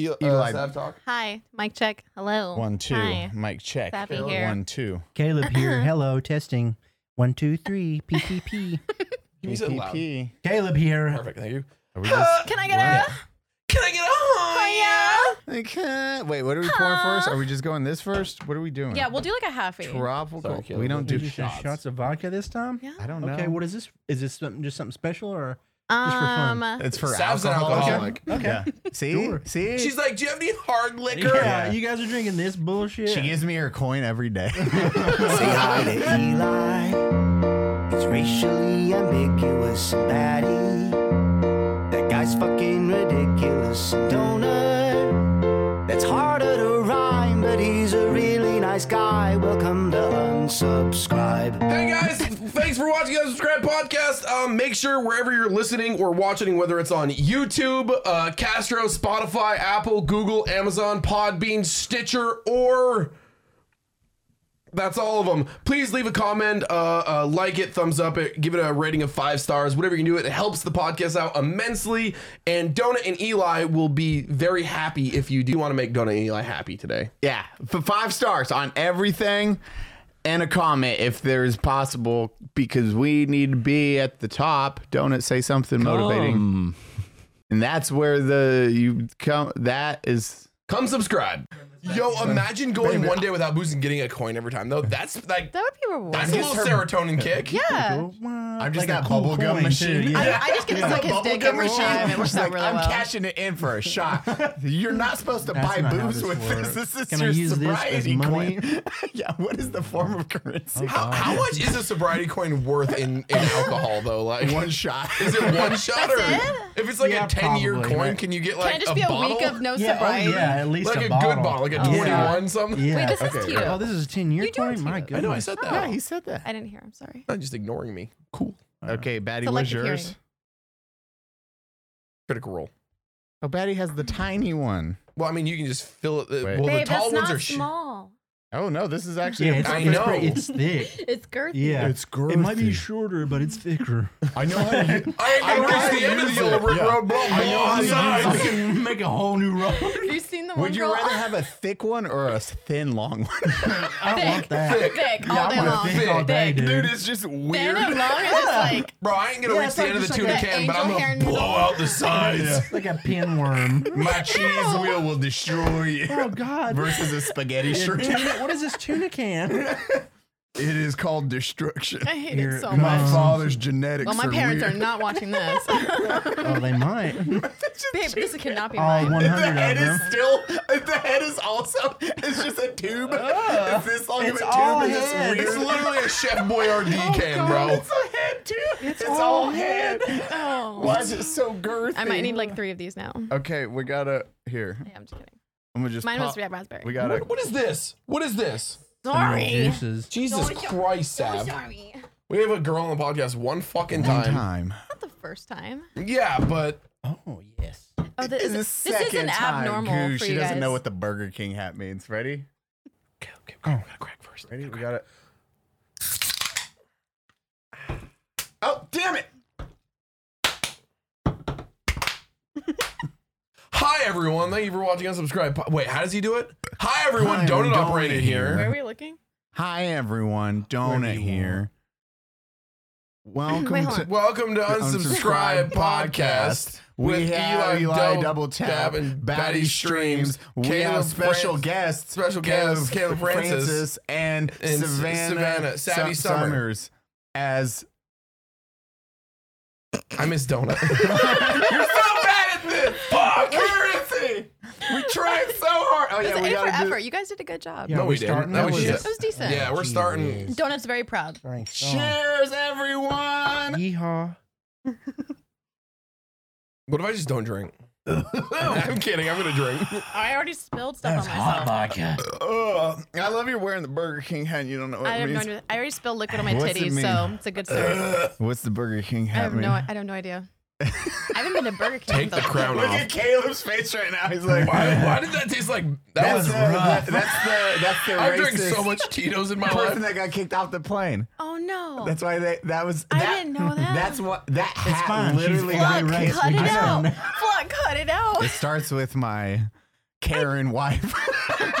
Eli, uh, Eli. Sav talk. Hi, mic check. Hello. One, two. Hi. Mic check. Savvy Caleb. here. One, two. Caleb here. Hello, testing. One, two, three. PPP. Can you say it loud? PPP. Caleb here. Perfect. Thank you. Are we just- Can I get What? a? Can I get a hi? Okay. Wait, what are we pouring first? Are we just going this first? What are we doing? Yeah, we'll do like a halfie. Tropical. Sorry, Caleb. we don't do Did Did you say shots. shots of vodka this time? Yeah. I don't know. Okay, what is this? Is this something, just something special or? for um, fun. It's for Sav's an alcohol. alcoholic. Okay. Yeah. See? Sure. See? She's like, do you have any hard liquor? Yeah, you guys are drinking this bullshit. she gives me her coin every day. Say hi to Eli. He's racially ambiguous and batty. That guy's fucking ridiculous and donut. That's harder to rhyme, but he's a really nice guy. Welcome to unsubscribe. Hey guys, thanks for watching the Unsubscribe Podcast. Um, make sure wherever you're listening or watching, whether it's on YouTube, uh, Castro, Spotify, Apple, Google, Amazon, Podbean, Stitcher, or that's all of them. Please leave a comment, uh, uh, like it, thumbs up it, give it a rating of five stars, whatever you can do. It helps the podcast out immensely. And Donut and Eli will be very happy if you do want to make Donut and Eli happy today. yeah. For five stars on everything and a comment if there is possible because we need to be at the top. Don't it say something motivating. And that's where the you come that is Come subscribe. Yo, imagine going one day without booze and getting a coin every time. Though that's like that would be that's a rewarding. little serotonin kick. Yeah. I'm just that bubble gum machine. Yeah. I, I just get to suck his dick every time. It works out really I'm well. cashing it in for a shot. You're not supposed to That's buy not how booze this with works. this. This is Can I your use this as sobriety money? Oh, coin. yeah, what is the form of currency? How, how much is a sobriety coin worth in, in alcohol though? Like One shot. Is it one shot or it? if it's like Yeah, a ten year probably, coin? right. Can you get like Can it just a be a bottle? week of no Yeah, oh, sobriety? yeah, at least like a, a, good bottle, like a Oh, yeah. twenty one something? Yeah. Wait, this is Okay. cute. Oh, this is a 10 year You do coin? have My to. goodness. I know I said that. Yeah, he said that. I didn't hear. I'm sorry. Not just ignoring me. Cool. Okay, Batty, what's Selective yours? hearing. Critical roll. Oh, Batty has the tiny one. Well, I mean, you can just fill it. Wait. Well, Babe, the tall that's ones not are sh- small. Oh no, this is actually. Yeah, a it's, I it's know. pretty- it's thick. It's girthy. Yeah. girthy. It might be shorter, but it's thicker. I know how to. u- I ain't I know gonna how reach to the end of use the old it. brick Yeah. road, bro. I Oh, know how to Blindside. use it. Fucking make a whole new road. Have you seen the one Would you girl? rather have a thick one or a thin long one? I don't want that. thick, thick, all Yeah, day I'm long. a thick all day, Thick. dude. Dude, it's just Thin weird. and long is just like Bro, I ain't gonna Yeah, reach it's the like end of the just tuna like that can, but I'm angel hair gonna noodle. blow out the sides. like a pinworm. My cheese oh, wheel will destroy oh, you. God. Versus a spaghetti Yeah, shrimp. tuna- what is this tuna can? It is called destruction. I hate Here it so it My much. comes. father's genetics. Well, my are parents are weird. not watching this. Oh, they might. Babe, this cannot be All mine. 100 The of head them. is still. The head is also. It's just a tube. Ah. it's this long It's of a all tube. and It's head. weird. Oh, It's literally a Chef Boyardee can, bro. It's a head too. It's, all head. Oh. Why is it so girthy? I might need like three of these now. Okay, we gotta here. Yeah, I'm just kidding. I'm gonna just. Mine was pop. red raspberry. We gotta. What, what is this? What is this? Sorry. Juices. Jesus Don't- Christ, So Sav. sorry. We have a girl on the podcast one fucking One time. time. Not the first time. Yeah, but Oh, yes. Oh, this, It's the this is second an time. abnormal Goo, for she you doesn't guys. know what the Burger King hat means. Ready? okay, okay, we gotta crack first. Ready? We got it. Oh damn it! Hi everyone, thank you for watching and subscribe. Wait, how does he do it? Hi everyone, Hi, Donut Donut Operator here. Where here. are we looking? Hi everyone, Donut do you here. Welcome Wait, hold to on. Welcome to Unsubscribe Podcast. We with have Eli, Dou- Double Tap and Batty Streams. We Caleb have special Fran- guests, special guests, Caleb Francis and, and S- Savannah, Savannah, Sa- Savvy Summer. Summers as I miss Donut. You're so bad at this. Fuck currency. We tried so hard. Oh It's yeah, an we in for gotta do. effort. You guys did a good job. Yeah. No, Are we we didn't. starting? That That was was shit. That was decent. Yeah, we're Gee starting. whiz. Donut's very proud. Cheers, everyone. Yeehaw. What if I just don't drink? I'm kidding. I'm gonna drink. I already spilled stuff on myself. vodka. Ugh, I love you're wearing the Burger King hat. and You don't know what I it have no means. idea. I already spilled liquid on my What's it titties, mean? so it's a good start. What's the Burger King I hat have mean? no. I have no idea. I haven't been to Burger King. Take the though. crown Look off. at Caleb's face right now. He's like, Why, why did that taste like that, That's, was? the, rough. that- that's the that's the I drank racist so much Tito's in my person life. that got kicked off the plane. Oh no. That's why they that was. I That, didn't know that. That's what that hat fine. She's literally fine. got Fuck, You're right, kicked. cut it we out. don't. Fuck, cut it out. It starts with my Karen wife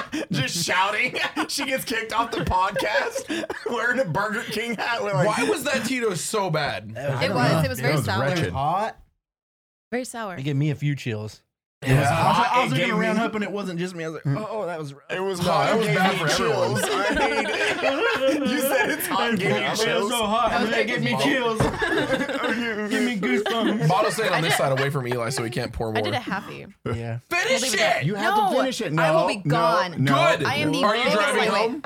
just shouting. she gets kicked off the podcast wearing a Burger King hat. We're like, Why was that Tito so bad? It don't was. know. It was very sour. wretched. Hot. Very sour. It gave me a few chills. I Yeah. was, I It was looking gave around me- hoping it wasn't just me. I was like, oh, that was rough. It was No, hot. it was gave bad me for everyone. chills. I mean, you said it's hot. Gave me chills. hot. was It gave me chills. Give me goosebumps. Bottle stayed on this side away from Eli so he can't pour more. I did a happy. yeah. Finish Leave it there. it! You have to No, finish it. No, I will be no, gone. No, Good. Uh, I am the Are you biggest driving lightweight. home?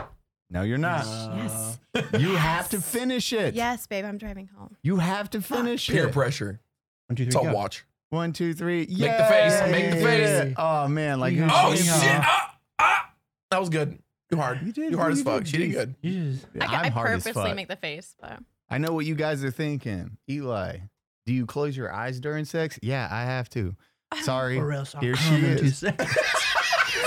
No, you're not. Uh, Yes. You have to finish it. Yes, babe, I'm driving home. You have to finish Peer it. pressure. One, two, three, It's all go. watch. One, two, three. the face, Yay. make the face. Oh man, like You Oh Yeah. shit! Ah, ah. That was good. Too hard. You did- Too hard you as fuck. did She did decent. good. You just- I, I'm I hard as purposely fuck. make the face, but I know what you guys are thinking. Eli, do you close your eyes during sex? Yeah, I have to. Sorry. Or else I'll Here come she in two is. seconds.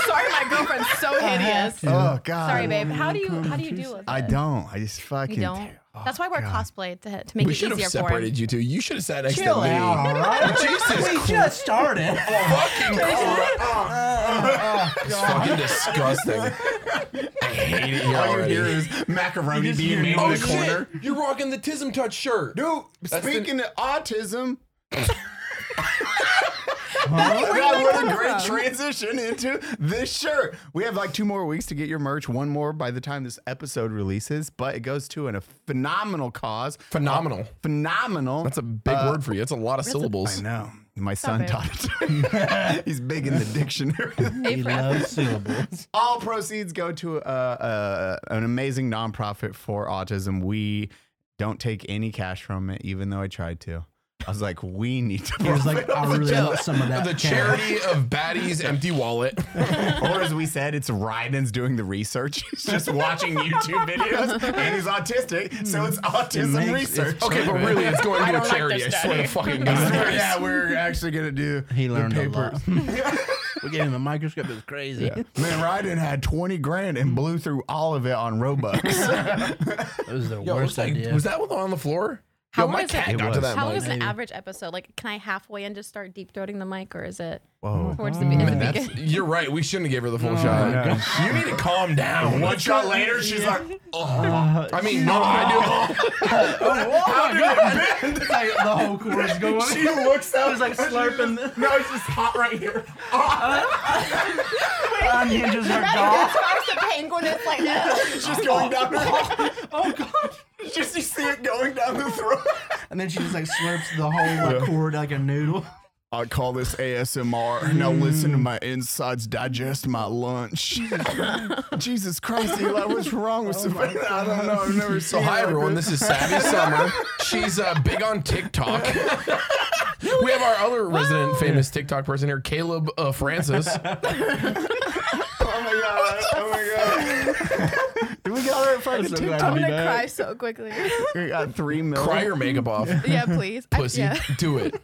sorry, my girlfriend's so hideous. Oh god. Sorry, babe. babe. How do you how do you deal with it? I don't. I just fucking You don't. do. Oh, That's why we're God. cosplay to to make we it should have easier for him. separated you two. You should have sat next Chill to me. out, all right? Jesus Ah, we just started. Fucking ah, It's fucking disgusting. I hate it here All you already. hear is macaroni being eaten oh in the corner. shit! You're rocking the Tism Touch shirt. Dude, That's speaking of autism, did that that was a come great from? transition into this shirt. We have like two more weeks to get your merch, one more by the time this episode releases, but it goes to an, a phenomenal cause. Phenomenal. Phenomenal. That's a big word for you. That's a lot of syllables. I know. My son it. taught it to me. He's big in the dictionary. He loves syllables. All proceeds go to uh, uh, an amazing nonprofit for autism. We don't take any cash from it, even though I tried to. I was like, we need to. He was like, I really want some of that. the cash. charity of Batty's empty wallet. or as we said, it's Ryden's doing the research. He's just watching YouTube videos, and he's autistic, so it's autism makes- research. it's Okay, but really, it's going to a charity. I swear to fucking God. yeah, we're actually gonna do. He learned the a papers. lot. we gave him a microscope. It was crazy. Man, Ryden had twenty grand and blew through all of it on Robux. It was the Yo, worst was, that, idea. was that one on the floor? How Yo, my long is it- cat It got to was. that How mic. long is an average episode? Like, can I halfway in just start deep throating the mic, or is it Whoa. towards the, be- Mm-hmm. at the that's- beginning? You're right. We shouldn't have gave her the full shot. You need to calm down. One shot later, she's like, "Uh-huh." I mean, no, I do. How did it bend? Oh, It's like the whole chorus going. She looks I out. was like slurping. the- No, it's just hot right here. Unhinges her jaw. the penguin is like, It's just going down her throat. Oh, God. Just you see it going down the throat. And then she just like slurps the whole like, cord like a noodle. I call this ASMR. Now listen to my insides, digest my lunch. Jesus Christ, Eli, what's wrong with Savannah? I don't know. I've never So seen hi everyone, this is Savvy Summer. She's uh, big on TikTok. we have our other resident famous TikTok person here, Caleb uh, Francis. Oh my God. Oh my God. Did we got our fucking so glad TikTok? I'm we gonna back. cry so quickly. We got three million. Cry your makeup off, yeah, please. I- pussy. yeah, Do it.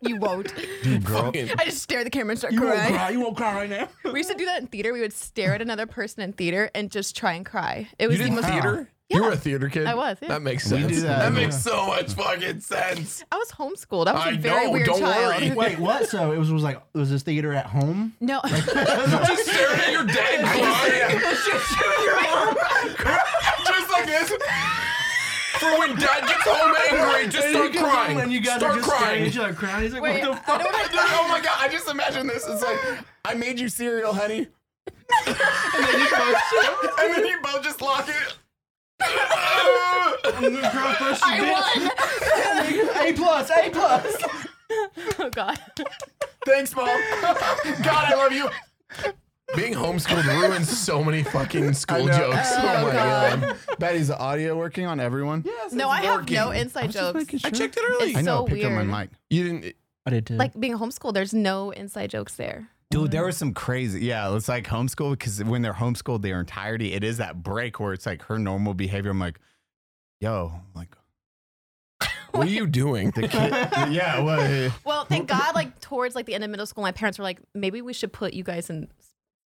you won't. girl. Fucking- I just stare at the camera and start You won't crying. cry. You won't cry right now. We used to do that in theater. We would stare at another person in theater and just try and cry. It You was did the most theater? You were a theater kid. I was, yeah. That makes We sense. do that that. makes so much fucking sense. I was homeschooled. I was a I very know, weird don't child. worry. Wait, what? So it was, was like, was this theater at home? No, Just staring at your dad crying. Just like this. For when dad gets home angry, just start crying. And you guys start are just staring crying. at each other crying. He's like, wait. what the I don't Dude, oh my god! I just imagine this. It's like I made you cereal, honey, and then you both just lock it. fuck? I A plus, A plus. won. Oh God. Thanks, mom. God, I love you. Being homeschooled ruins so many fucking school jokes. Oh, my god. Betty, is the audio working on everyone? Yes. No, I have no inside jokes. I checked it early. I know. So I picked up weird. my mic. you didn't. I did too. Like being homeschooled, there's no inside jokes there. Dude, there was some crazy. Yeah, it's like homeschool because when they're homeschooled their entirety, it is that break where it's like her normal behavior. I'm like, yo, like What are you doing? the kid. yeah, what? Well, thank God, like towards like the end of middle school, my parents were like, maybe we should put you guys in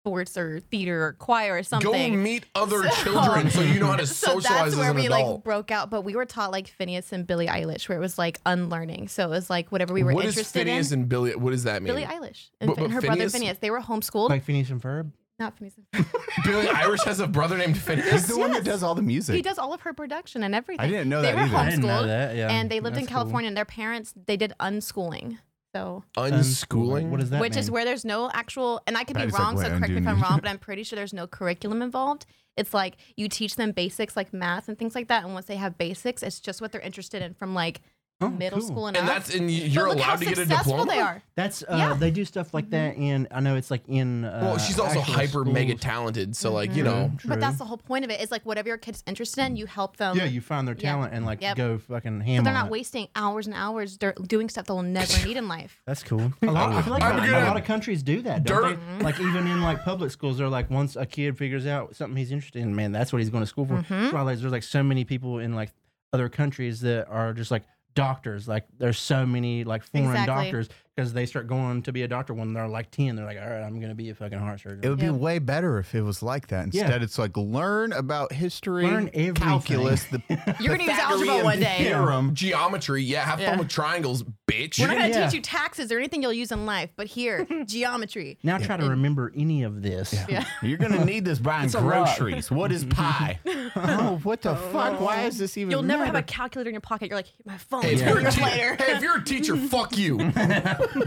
sports or theater or choir or something. Go meet other children so you know how to so socialize that's where as an we adult. like broke out, but we were taught like Phineas and Billie Eilish, where it was like unlearning. So it was like whatever we were what is interested Phineas in. and Billy? What does that mean? Billie Eilish and, But- Phin- but her brother Phineas- Phineas, they were homeschooled. Like Phineas and Ferb. Not Phineas. and Ferb. Billy Irish has a brother named He's Phineas. the one that does all the music. he does all of her production and everything. didn't know they that were either. Homeschooled, I didn't know that, yeah. and they lived in That's cool. California, and their parents they did unschooling. So Unschooling. What does that which is mean? where there's no actual and i could be Patty's like, wrong "Wait, so I correct do me if i'm need- wrong but i'm pretty sure there's no curriculum involved it's like you teach them basics like math and things like that and once they have basics it's just what they're interested in from like Oh, middle cool. school and, And up. that's and But you're look how allowed to get a successful diploma. they are That's uh, Yeah. Mm-hmm. they do stuff like that in. I know it's like in. Uh, Well, she's also actual hyper mega schools. talented, so like you True, know, true. Mm-hmm. but that's the whole point of it is like whatever your kid's interested in you help them yeah, you find their Yeah. talent and like Yep. go fucking so ham. they're on not it. wasting hours and hours dur- doing stuff they'll never need in life That's cool. A lot, I feel like I'm a, gonna- lot of countries do that. Don't they? Like even in like public schools, they're like once a kid figures out something he's interested in, man, that's what he's going to school for. Mm-hmm. That's why, like, there's like so many people in like other countries that are just like doctors. Like there's so many like foreign Exactly. doctors because they start going to be a doctor when they're like ten. They're like, all right, I'm going to be a fucking heart surgeon. It would Yeah. be way better if it was like that. Yeah. Instead, it's like learn about history, Learn everything. calculus, the You're gonna use algebra Pythagorean one day. Theorem. geometry. Yeah, have fun Yeah. with triangles, bitch. we're not gonna Yeah. teach you taxes or anything you'll use in life but here geometry now try to remember any of this. yeah You're gonna need this buying a lot. groceries. What is pi? oh, what the fuck? Why is this even? You'll never have a matter? calculator in your pocket. You're like, my phone Hey, if, you're a works te- later. hey, if you're a teacher, fuck you.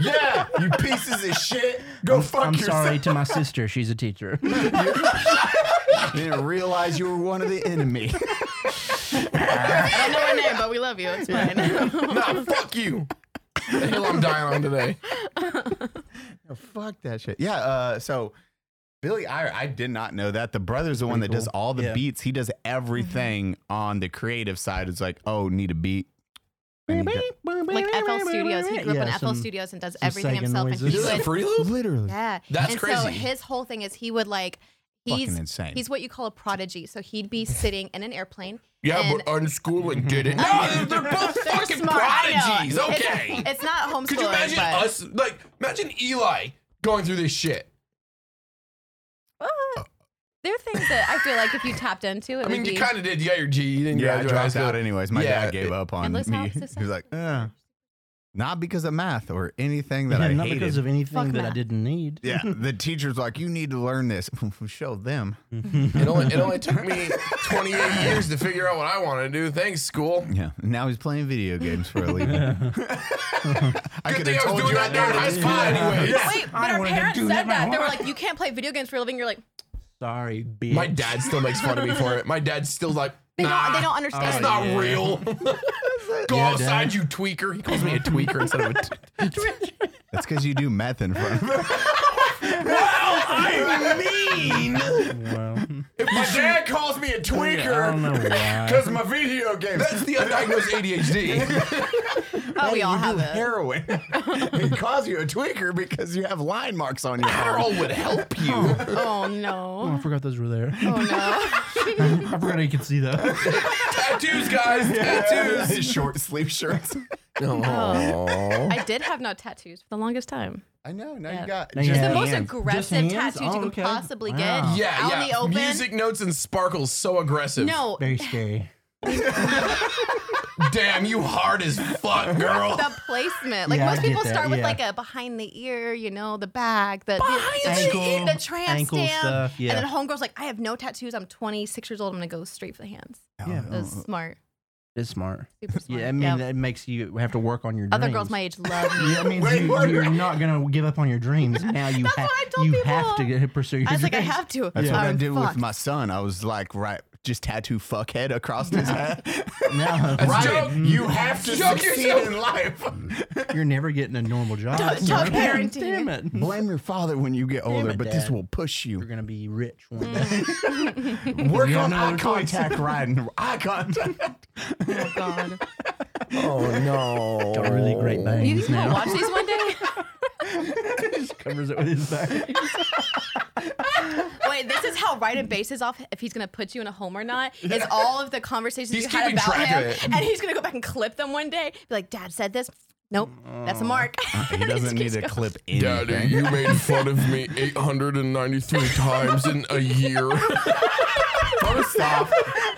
yeah, you pieces of shit. Go fuck I'm yourself. sorry to my sister. She's a teacher. Didn't realize you were one of the enemy. I don't know her name, but we love you. It's fine. nah, fuck you. The hill I'm dying on today. Oh, fuck that shit. Yeah. Uh, so Billy Ira, I did not know that. The brother's the one that Pretty does cool. all the Yeah. beats. He does everything Mm-hmm. on the creative side. It's like, oh, need a beat. I need that. like FL Studios. He grew up Yeah, in FL some- Studios and does some everything Sega himself. And noises. he Is it would, free loop? Literally. yeah. That's and so crazy. his whole thing is he would like, he's Fucking insane. He's what you call a prodigy. So he'd be sitting in an airplane. Yeah, and Oh, but unschooling did it. No, they're- they're both they're fucking smart, I know. prodigies. It's- Okay. It's, not homeschooling. Could you imagine but, us? Like, imagine Eli going through this shit. Uh, there are things that I feel like if you tapped into, it I would mean, be. you kind of did. You got your G. You didn't Yeah, I graduate high dropped school. out anyways. My Yeah, dad gave it- up on looks how me. successful. He was like, eh, not because of math or anything that Yeah, I not hated. because of anything Fuck that I Matt. didn't need. yeah, the teacher's like, you need to learn this. Show them. It only, it only took me 28 years to figure out what I wanted to do. Thanks, school. Yeah. Now he's playing video games for a living. I Good could thing have I was told doing you that during high school, anyways. Wait, but our parents said that. They were like, you can't play video games for a living. You're like, Sorry, bitch. My dad still makes fun of me for it. My dad's still like, they, nah, don't, they don't That's understand. not real. Go Yeah, outside, Dad. you tweaker. He calls me a tweaker instead of a. T- That's because you do meth in front of Well, if my dad calls me a I don't tweaker, know why. Because my video games. that's the undiagnosed ADHD. oh, we all you have do it. heroin. it calls you a tweaker because you have line marks on your arm. Adderall would help you. Oh I no. forgot those were there. Oh no. I forgot you could see those. tattoos, guys. Tattoos. short sleeve shirts. I did have no tattoos for the longest time. I know. Now Yeah. you got Now you just have The Yeah. most hands. Just aggressive hands? tattoos Oh, you could okay. possibly Wow. get Yeah, out yeah. in the open. Music notes and sparkles, so aggressive. No, Very scary. damn, you hard as fuck, girl. the placement. Like Yeah, I most get people that, start with yeah. like a behind the ear, you know, the back, the the, Ankle- the tramp ankle stamp, stuff, yeah. and then homegirl's like, I have no tattoos. I'm 26 years old. I'm gonna go straight for the hands. Yeah, That was smart. it's smart. Super smart. Uh-huh. Yeah, I mean Yep. that makes you have to work on your other dreams. girls my age love me. Yeah, that means Wait, you, what? you're not gonna give up on your dreams. Now you That's have what I told you people. have to get, pursue your I was dreams. like, I have to. That's what I I'm did fucked. with my son. I was like, right, just tattoo fuckhead across his head. No, Joke. you have to Joke succeed yourself. in life. you're never getting a normal job. Don't- sir. don't parenting. Damn it. Blame your father when you get older, it, but this Dad. will push You're you. gonna be rich one Mm. day. Work Yeah, on no, eye there's contact, Ryan. Eye contact. Oh, God. Oh no. Got really great You bangs think I'll now. watch these one day? Just covers it with his back. Wait, this is how right and base is off if he's gonna put you in a home or not. Is all of the conversations He's you had keeping about track him, of it. and he's gonna go back and clip them one day. Be like, Dad said this. Nope, that's a mark. He doesn't need to clip anything. Daddy, you made fun of me 893 times in a year. First off,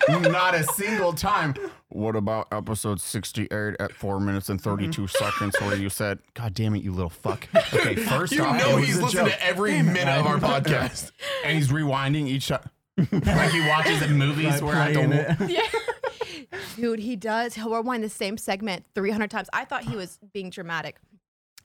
not a single time. What about episode 68 at 4 minutes and 32 seconds where you said, God damn it, you little fuck. Okay, first You off, it know was he's a listened joke. to every minute of our podcast. And he's rewinding each shot. like he watches the movies where I Playing don't. it. Dude, he does. He'll rewind the same segment 300 times. I thought he was being dramatic.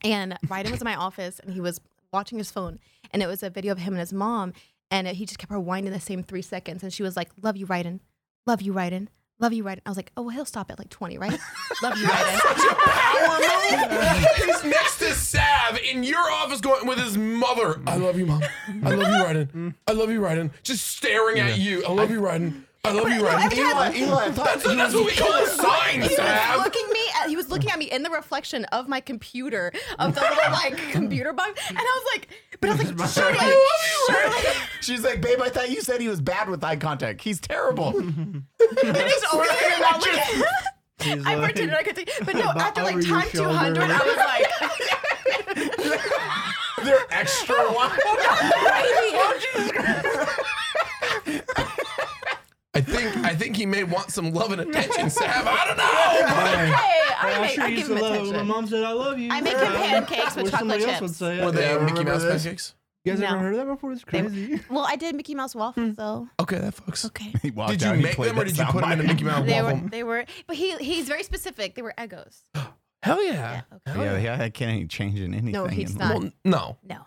And Ryden was in my office and he was watching his phone. And it was a video of him and his mom. And he just kept rewinding the same three seconds. And she was like, Love you, Ryden. Love you, Ryden. Love you, Ryden. I was like, Oh, well, he'll stop at like 20, right? Love you, Ryden. Power move? He's next to Sav in your office going with his mother. I love you, Mom. I love you, Ryden. I love you, Ryden. Just staring at you. I love you, Ryden. I love you, Ryden. Eli, Eli, I thought That's what, that's what we call a sign, He was Sav. looking me at, he was looking at me in the reflection of my computer, of the little like computer bug. And I was like, but I was like, Shirley, Shirley. She's like, babe, I thought you said he was bad with eye contact. He's terrible. And I just Oh, always think about like- He's I like- pretended I could think, but no. After over like your time two shoulder. hundred, I was like, They're extra wild. I think I think he may want some love and attention, Sav. I don't know. "Hey, I, I make, sure I give used him to love it attention." when my mom said I love you. I make him pancakes Wish with chocolate somebody else would chips. say Were it. they Yeah, I Mickey remember Mouse this. pancakes? You guys ever No. heard of that before? It's crazy. Well, I did Mickey Mouse Hmm. waffles though. Okay, that fucks. Okay, He walked Did you out, Oh, he make played them or that did you sound put them in a bite. Mickey Mouse they were waffle? they were, but he he's very specific. They were Eggos. Hell yeah. Yeah, yeah, I can't ain't changing anything. No, he's in not. life. Well, no. No,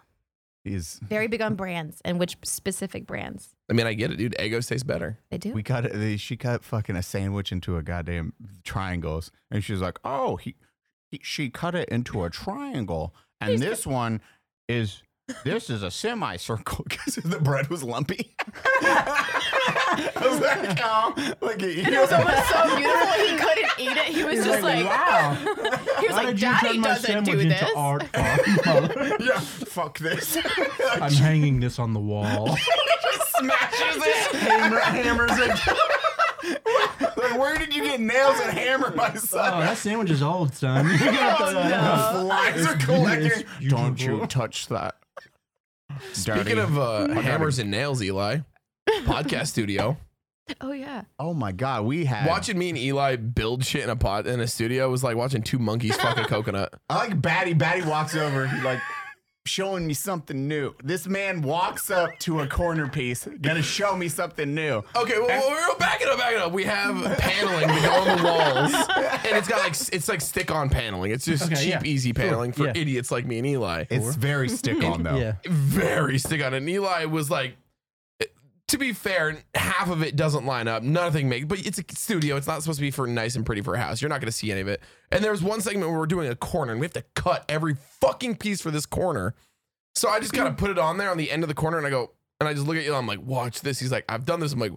He's, very big on brands and which specific brands I mean, I get it, dude. Egos taste better. they do. we cut it. She cut fucking a sandwich into a goddamn triangles, and she's like, "Oh, he, he she cut it into a triangle, and this one is." This is a semicircle because the bread was lumpy. I was like, oh, like he it was almost so beautiful he couldn't eat it. He was just like, wow. he was How like, did you turn Daddy my doesn't do sandwich into this. art, art, mother? yeah, fuck this. I'm hanging this on the wall. smashes it, hammers it. like, where did you get nails and hammer, my Oh, son? that sandwich is old, son. You Oh, got the- Flies are collecting. It's Don't Uh, you beautiful. touch that. Speaking Dirty. of uh, hammers and nails, Eli, podcast studio. Oh yeah, oh my god, we had Watching me and Eli build shit in a pot in a studio was like watching two monkeys fuck a coconut. I like Batty. Batty walks over, he like showing me something new. This man walks up to a corner piece, gonna show me something new. Okay, well, well we're backing up, backing up. We have paneling to go on the walls, and it's got like s- it's like stick-on paneling. It's just Okay, cheap, yeah. easy paneling for Yeah. idiots like me and Eli. It's very stick on though. Yeah. very stick on. And Eli was like, to be fair, half of it doesn't line up. Nothing makes, but it's a studio. It's not supposed to be for nice and pretty for a house. You're not going to see any of it. And there was one segment where we're doing a corner and we have to cut every fucking piece for this corner. So I just kind Mm-hmm. of put it on there on the end of the corner and I go, and I just look at Eli. I'm like, watch this. He's like, I've done this. I'm like,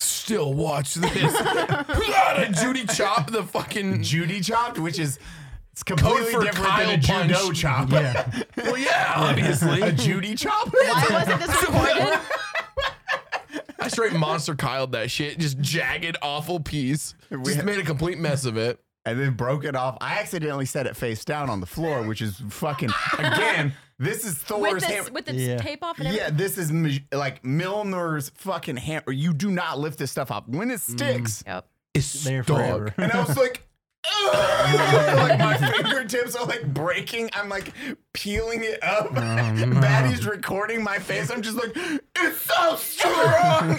still watch this. God, I Judy chop the fucking. Judy chopped, which is it's Code completely for different Kyle than a judo punch. chop. Yeah. Well, yeah, obviously. a Judy chop. why wasn't this recorded? I straight monster Kyled that shit. Just jagged, awful piece. Just made a complete mess of it. and then broke it off. I accidentally set it face down on the floor, which is fucking again. This is with Thor's hammer. this with the Yeah. tape off and everything. yeah, this is mi- like Milner's fucking hammer. You do not lift this stuff up when it sticks. Yep. It's there Dog. forever. And I was like. "Ugh." like my fingertips are like breaking. I'm like peeling it up. Batty's recording my face. I'm just like, it's so strong.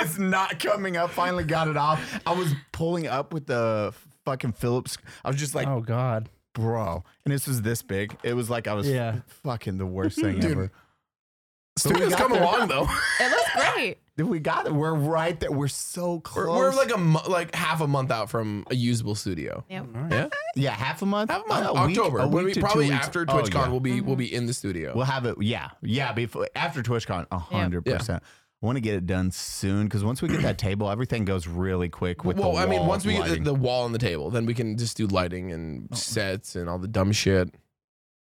it's not coming up. Finally got it off. I was pulling up with the fucking Phillips. I was just like, Oh, God. bro. And this was this big. It was like I was Yeah. fucking the worst thing ever. Studio's got come there. along though. It looks great. Dude, we got it. We're right there. We're so close. We're, we're like a mo- like half a month out from a usable studio. Yep. Yeah, yeah, half a month. half a month. Uh, week- October. a when week we to two probably weeks. after Oh, TwitchCon, yeah. we'll be we'll be in the studio. We'll have it. Yeah, yeah. Before after TwitchCon, a hundred percent. I want to get it done soon because once we get that table, everything goes really quick. With well, the I mean, wall once we get lighting. Oh. the, the wall on the table, then we can just do lighting and sets and all the dumb shit.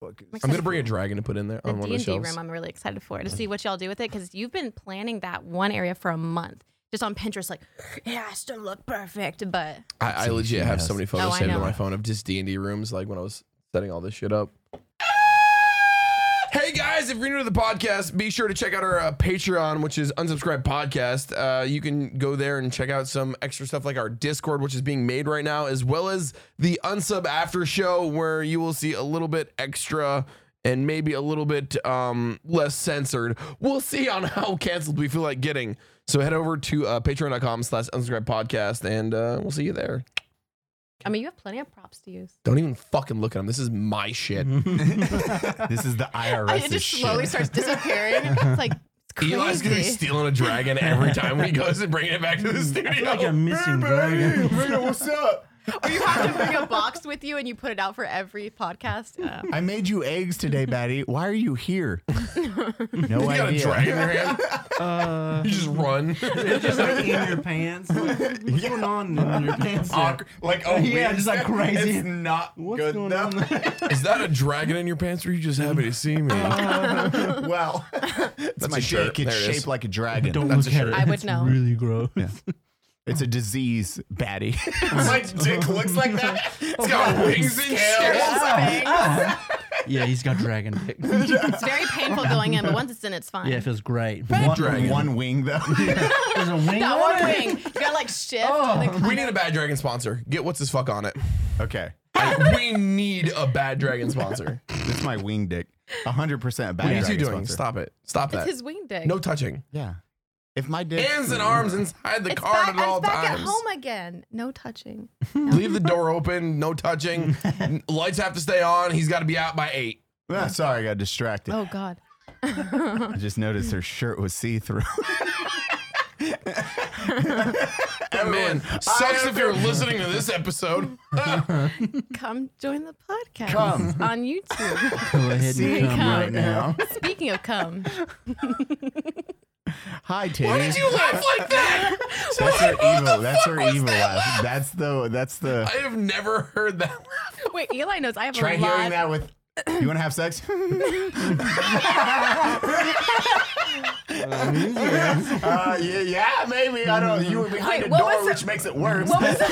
I'm gonna bring a dragon to put in there the on one D of the and D shelves. room. I'm really excited for to see what y'all do with it because you've been planning that one area for a month. just on Pinterest, like it has to look perfect. But I, I legit have so many photos Oh, I saved on know. my phone of just D and D rooms, like when I was setting all this shit up. Hey guys, if you're new to the podcast, be sure to check out our uh, Patreon, which is Unsubscribed Podcast. Uh, you can go there and check out some extra stuff like our Discord, which is being made right now, as well as the Unsub After Show, where you will see a little bit extra and maybe a little bit um, less censored. We'll see on how canceled we feel like getting. So head over to uh, patreon.com slash unsubscribed podcast and uh, we'll see you there. I mean, you have plenty of props to use. Don't even fucking look at him. This is my shit. This is the It IRS. just slowly starts disappearing. it's like it's crazy. Eli's gonna be stealing a dragon every time he goes and bringing it back to the studio. like I'm missing dragon. what's up? or you have to bring a box with you and you put it out for every podcast. Uh, I made you eggs today, Betty. Why are you here? You No got a idea. dragon in your hand. Uh, You just run. it's just like in your pants. Like, what's going on in your pants? there? Awkward. Like, oh, yeah, wait, just like crazy. It's not What's good going enough. on? there? is that a dragon in your pants or are you just happy to see me? Well, it's my a shirt. dick. It's There it is. shaped like a dragon. Don't That's look a at it. shirt. I would It's know. Really gross. It's a disease, Batty. My dick looks like that. It's got wings and shit. Yeah, he's got dragon dick. it's very painful going in, but once it's in, it's fine. Yeah, it feels great. one, dragon. one wing though. There's a wing Got on one it? wing. You gotta like shift. and then Oh, We need a bad dragon sponsor. Get what's his fuck on it. okay, Like, we need a bad dragon sponsor. it's my wing dick. hundred percent. What are you two doing? Stop it. Stop It's that. his wing dick. no touching. Yeah. If my dick. Hands and arms inside the it's car back, at all it's back times. at home again. No touching. Leave the door open, no touching. Lights have to stay on. He's got to be out by eight. Ah, sorry, I got distracted. Oh God. I just noticed her shirt was see through. Man, sucks if you're listening to this episode. Come join the podcast Come. on YouTube. Go ahead See and come come. right now. Speaking of come, Why Hi, did titties. you laugh like that? That's her evil. That's her was evil that laugh. That's the. That's the. I have never heard that laugh. wait, Eli knows I have Try a lot. hearing that with. You want to have sex? uh, yeah, yeah, maybe. I don't. You were behind Wait, a what door, was the- which makes it worse. What was, the,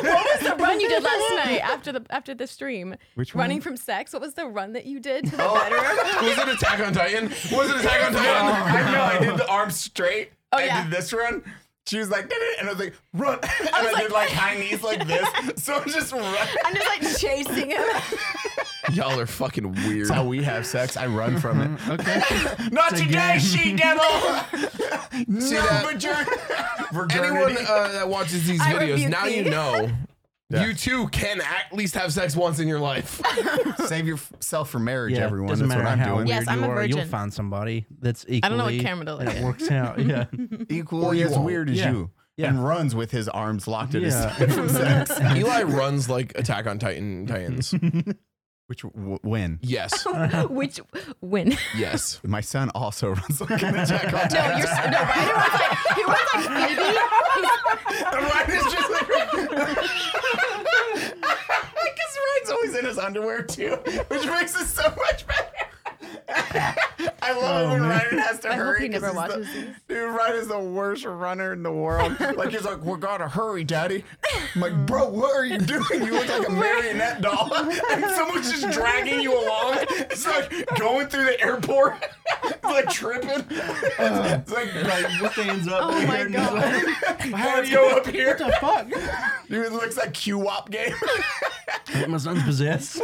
what was the run you did last night after the after the stream? Which running one? from sex? What was the run that you did to the Oh. bedroom? Was it Attack on Titan? Was it Attack on Titan? Oh, I know. I did the arm straight. Oh, I yeah. did this run. She was like, "Did it," and I was like, run. And I, was did like high knees like this. So I'm just running. I'm just like chasing him. Y'all are fucking weird. That's how we have sex. I run from it. Okay. Not today, she devil. See that? Anyone uh, that watches these I videos, rebuke now thee. you know. You too can at least have sex once in your life. Save yourself for marriage, Yeah, everyone. Doesn't That's matter what I'm how doing. weird Yes, you I'm a are, you'll virgin. find somebody that's equally. I don't know what camera to look that at. works out. Yeah. Equally as won't. weird as Yeah. you. Yeah. And runs with his arms locked at his Yeah. side from sex. Eli runs like Attack on Titan Titans. Which, w- when? Yes. Which when? Yes. My son also runs like an attack on No, you're s- no. Ryder was like he was like Phoebe. Ryan's just like. Because Ryan's always in his underwear too, which makes it so much better. I love it when Ryan has to I hope hurry. he 'cause never he's the- watches these. Dude, Ryan is the worst runner in the world. Like he's like, we gotta hurry, Daddy. I'm like, bro, what are you doing? You look like a marionette doll, and someone's just dragging you along. It's like going through the airport, it's like tripping. It's like, like What ends up? Oh my god. hands go up here. the fuck? Dude, it looks like Q Wop game. my son's possessed.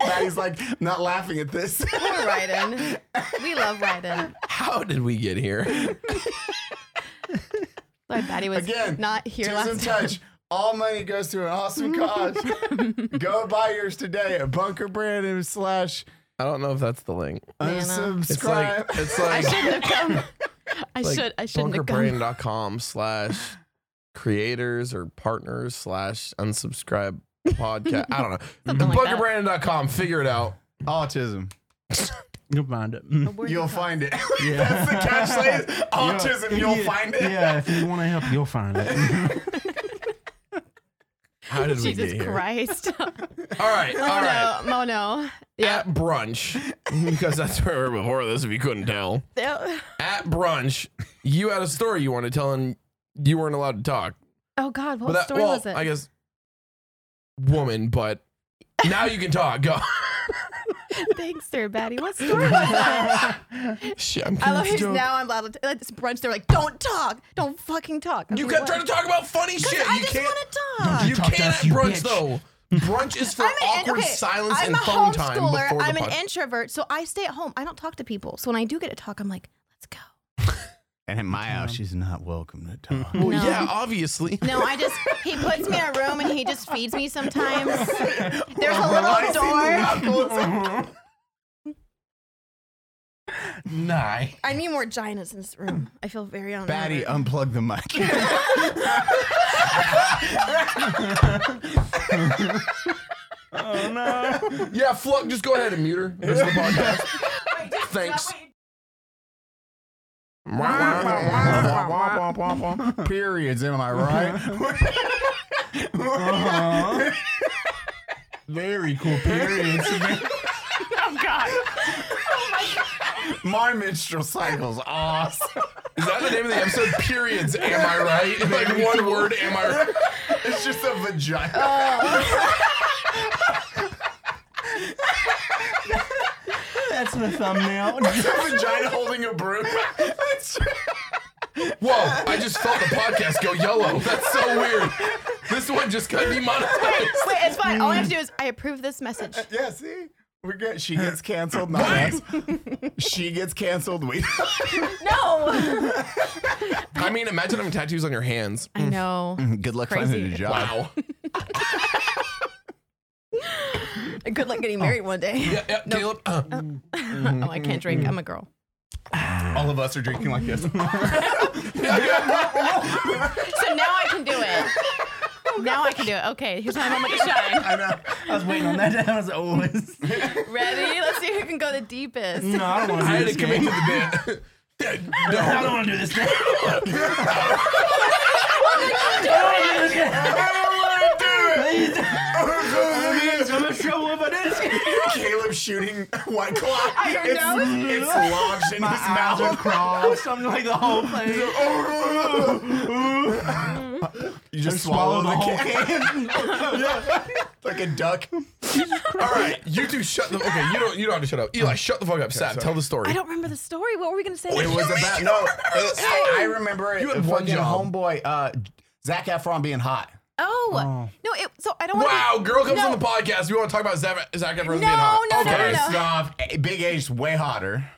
Maddie's like, "I'm not laughing at this. Poor Ryden. We love Ryden. How did we get here? Sorry, Batty was Again, not here Tips in last time. touch. All money goes to an awesome cause. Go buy yours today at Bunker Brandon slash I don't know if that's the link. It's unsubscribe. like it's like Shouldn't have come. I should. I shouldn't have come. bunkerbrain.com slash creators or partners slash unsubscribe podcast. I don't know. Something like that. bunkerbrandon.com. Figure it out. autism. You'll find it. Mm. Where'd You'll you come? find it. Yeah. That's the catchphrase. Autism, you'll find it. Yeah, if you want to help, you'll find it. How did we Jesus get here? Christ. Oh, All right. All right. no, no, no. Yeah. At brunch, because that's where we were before this. If you couldn't tell, oh at brunch, you had a story you wanted to tell, and you weren't allowed to talk. oh, God, what But that- story well, was it? I guess woman, but now you can talk. Go. Thanks, sir, Batty. What story was that? Shit, I'm I love confused. how now I'm loud. Like this brunch, they're like, "Don't talk, don't fucking talk." I'm You like, kept "What?" trying to talk about funny shit. I you just can't. want to talk. you talk to can't us, at you brunch bitch. though. Brunch is for awkward okay, silence I'm and a phone time homeschooler. before the I'm an pod- introvert, so I stay at home. I don't talk to people. So when I do get to talk, I'm like, let's go. And in my house, she's not welcome to talk. Well, yeah, obviously. No, I just he puts me in a room and he just feeds me sometimes. There's a little door. Nah. I need more ginas in this room. I feel very on. Batty, um, unplug the mic. Yeah, Fluck, just go ahead and mute her. This is the podcast. Thanks. Periods, am I right? Very cool periods. My menstrual cycle's awesome. Is that the name of the episode? Periods, am I right? Like one word, am I right? It's just a vagina. That's the thumbnail. a vagina holding a broom. It's- Whoa, I just felt the podcast go yellow. That's so weird. This one just got demonetized. Wait, it's fine. All I have to do is I approve this message. yeah, see? We get, she gets canceled, not us. She gets canceled. We No. I mean, imagine having tattoos on your hands. I know. Good luck Crazy. finding a job. Wow. Good luck getting married one day. Yeah, yeah, Caleb. uh, oh, I can't drink. I'm a girl. All of us are drinking like this. So now I can do it. Now I can do it. Okay, here's my moment to shine. I know. I was waiting on that to happen as always. Ready? Let's see who can go the deepest. Mm. No, I don't want I to do had to this. commit to game. the bit. I no, don't want to do this. game. I don't want to do this. game. Please. I'm in trouble if I do this. game. Caleb shooting white claw. don't It's, know. it's lodged in his Eyes are mouth. crossed. I'm like the whole thing. You just swallow the whole can. Like a duck. all right, you two shut the. Okay, you don't. You don't have to shut up. Eli, shut the fuck up. Sap, tell the story. I don't remember the story. What were we gonna say? It was about no. It, I, I remember it. You had one fucking job. homeboy, uh, Zach Efron being hot. oh. no! It, so I don't. wanna Wow, be- girl comes no. on the podcast. We want to talk about Zach, Zach Efron being No, hot. no, no, okay. no, Stop. A- eh, Big H way hotter.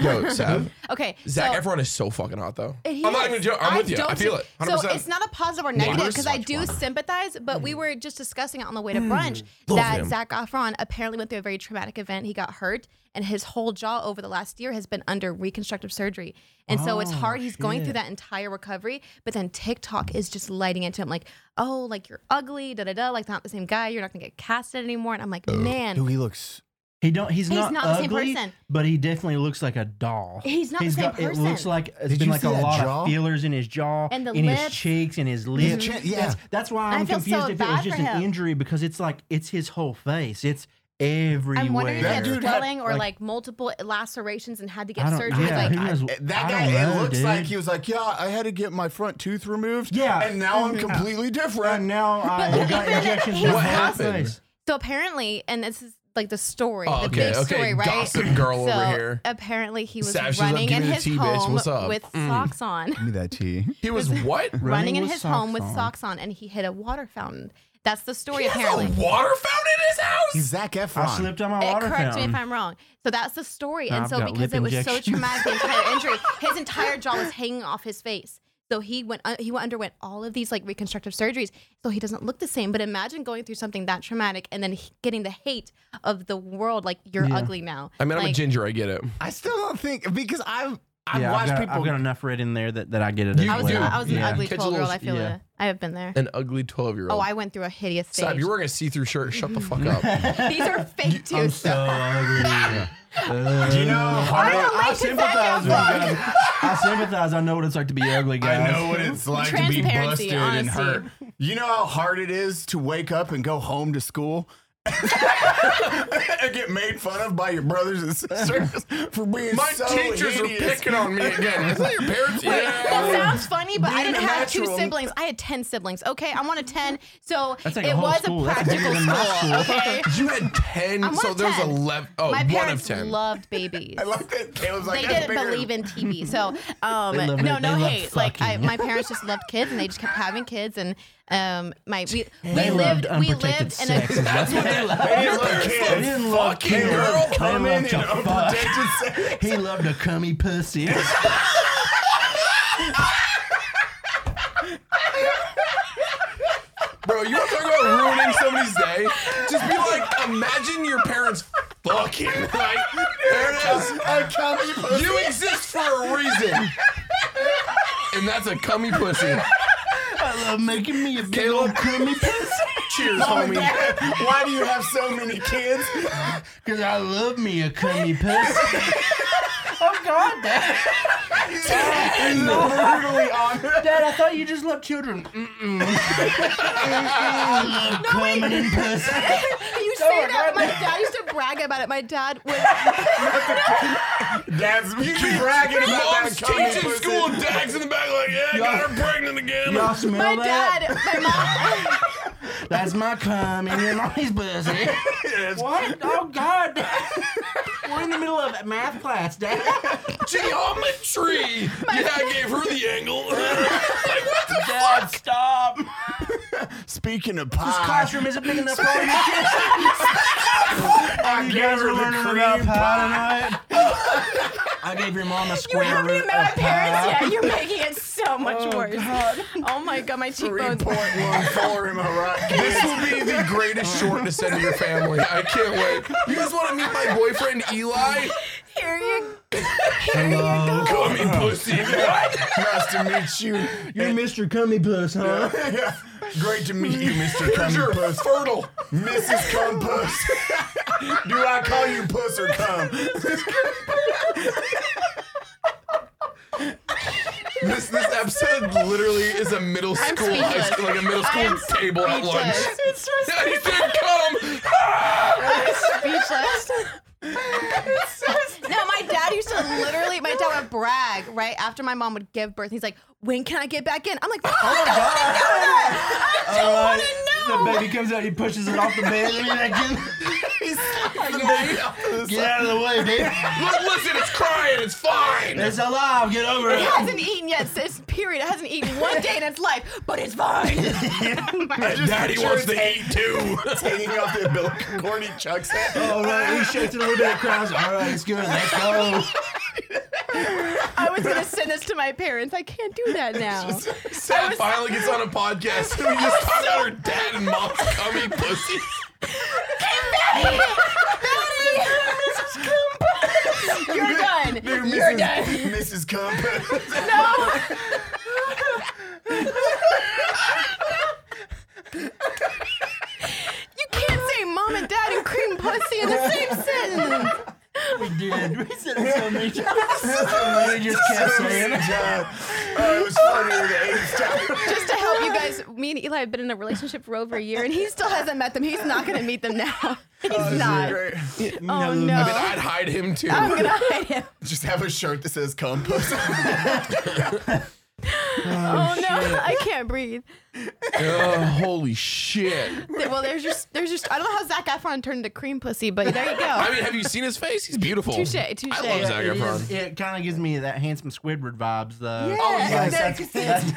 Yo, Sav, Okay, Zach so- Efron is so fucking hot though. He I'm not is. even joking. I'm I with you. I don't feel see- it. 100%. So it's not a positive or negative because I do sympathize, but Mm. we were just discussing it on the way to brunch that him. Zach Efron apparently went through a very traumatic event. He got hurt, and his whole jaw over the last year has been under reconstructive surgery, and so it's hard. He's going through that entire recovery, but then TikTok is just lighting into him like, "Oh, like you're ugly, da da da, like not the same guy. You're not gonna get casted anymore." And I'm like, man. he looks. He don't. He's, He's not, not the same ugly, person. but he definitely looks like a doll. He's not the same person. It looks like it's Did been you like see a that lot jaw? of fillers in his jaw, And the in his lips. cheeks, in his lips. chin- yeah. That's, that's why I I'm feel so confused if it bad was just for an him. injury because it's like it's his whole face. It's everywhere. I'm wondering That if it's dude had, swelling or like, like- multiple lacerations and had to I get don't surgery. yeah, Like, who knows? That I guy, don't know, it looks dude. like he was like, yeah, I had to get my front tooth removed. Yeah. And now I'm completely And different. now I look, got even injections. if in he's my whole awesome- face. So apparently, and this is like the story, Oh, the okay, big okay, story, right? gossip girl so over here. Apparently, he was Sav, she's like, running "Give in me the his tea, bitch. home What's up?" Mm. with socks on, Give me that tea. he was what? running in with his home socks with on. socks on, and he hit a water fountain. That's the story. He has a water apparently, fountain in his house. He's Zach Efron. I slipped on my It- water correct me fountain. if I'm wrong. So that's the story, and I've so got because lip it was so injection. traumatic, the entire injury, his entire jaw was hanging off his face. So he went, uh, he underwent all of these like reconstructive surgeries, so he doesn't look the same. But imagine going through something that traumatic and then he- getting the hate of the world, like you're ugly now. I mean, I'm a Like, ginger. I get it. I still don't think, because I've, I've yeah, watched I've got, people. I've got enough red in there that, that I get it. as I was, do. well. I was an Yeah. ugly Catch a 12 year old. little- I feel yeah. it. I have been there. An ugly 12 year Oh, old. I went through a hideous stage. Sab, you're wearing a see through shirt. Shut the fuck up. These are fake I'm too. so ugly. Do you know I how don't I like the sympathize back with you guys. I sympathize. I know what it's like to be ugly, guys. I know what it's like to be Transparency, busted and honesty. hurt. You know how hard it is to wake up and go home to school I get made fun of by your brothers and sisters for being My so teachers are hideous. picking on me again. Is that your parents? That sounds funny, but I Being didn't have two natural. siblings. I had ten siblings. Okay, I'm on a ten, so That's like a it whole was school. a That's practical bigger than my school. school. Okay, You had 10, I'm so one of there's 10. 11. Oh, my one of parents 10. loved babies. I like that Caleb's like they that's didn't bigger believe in TV. So, um, They love no, it. no They love hate. Like, I, fucking. my parents just loved kids, and they just kept having kids. And um, my we, we They lived loved we unprotected lived in a sex. That's what they loved. They didn't love kids. They didn't love Fucking kids. girl They come in loved to and fuck. unprotected sex. He loved a cummy pussy. Bro, you want to talk about ruining somebody's day? Just be like, imagine your parents fucking. Like, there it is. I can't be pussy. You exist for a reason. And that's a cummy pussy. I love making me a big Caleb. old cummy pussy. Cheers, Mom and homie. Dad, Why do you have so many kids? Because I love me a cummy pussy. Oh, And brutally honest. Dad, I thought you just loved children. Mm-mm. I love cumming and pussy. You say that? My dad used to brag about it. My dad would. Dad's you bragging about Mom's that coming teaching pussy. school, and Dag's in the back, like, yeah, I got her pregnant again. Y'all smell My that? dad, my mom. That's my cum and your mommy's pussy. what? Oh, God. Dad. We're in the middle of math class, Dad. Geometry! Yeah, I gave her the angle. Dad, stop. Uh, Speaking of pie, Classroom isn't big enough for all your kids. I You gave guys her are the learning cream about pie. pie tonight. I gave your mom a You square haven't root even met my of Oh, pie. parents Oh, yet. You're making it so much worse. Oh my god, my cheekbones. 3.14, am I right? This will be the greatest short to send to your family. I can't wait. You guys want to meet my boyfriend Eli? Here you Hello. Cummy pussy. Nice to meet you. You're Mr. Cummy Puss, huh? Great to meet you, Mr. You're Cum Puss. fertile. Mrs. Cum Puss. Do I call you Puss or Cum? This this episode literally is a middle I'm school, high speechless. school like a middle I'm school table at lunch. speechless. Yeah, he said come. speechless. no, my dad used to literally, my dad would brag right after my mom would give birth. He's like, "When can I get back in?" I'm like, "I don't The baby comes out, he pushes it off the bed. Let me back in. Get out of the way, baby. Look, listen, it's crying. It's fine. It's alive. Get over It it. hasn't eaten yet. This period. It hasn't eaten one day in its life, but it's fine." Daddy wants to eat too. Taking off the Bill Corny Chuck's head. All right, he shakes it a little bit, cries. All right, it's good. Let's go. I was gonna send this to my parents. I can't do that now. Seth finally gets on a podcast and we just talk about her dad and mom's cummy pussy. You're done. You're done. Mrs. Cum Puss. You can't say mom and dad and cream pussy in the same sentence. We did. We said it so many times. And we just kept saying it. John. Oh, it was funnier the eighth time. Just to help you guys, me and Eli have been in a relationship for over a year, and he still hasn't met them. He's not gonna meet them Oh, now. He's not. Great. Oh I no. mean, I'd hide him too. I'm gonna hide him. Just have a shirt that says Cum Puss. Oh no, I can't breathe. Oh, holy shit. Th- Well, there's just, there's just. I don't know how Zac Efron turned into cream pussy, but there you go. I mean, have you seen his face? He's beautiful. Touche, I love touche. Zac It, Efron. is, it kind of gives me that handsome Squidward vibes, though. Yeah, that's- that's- that's-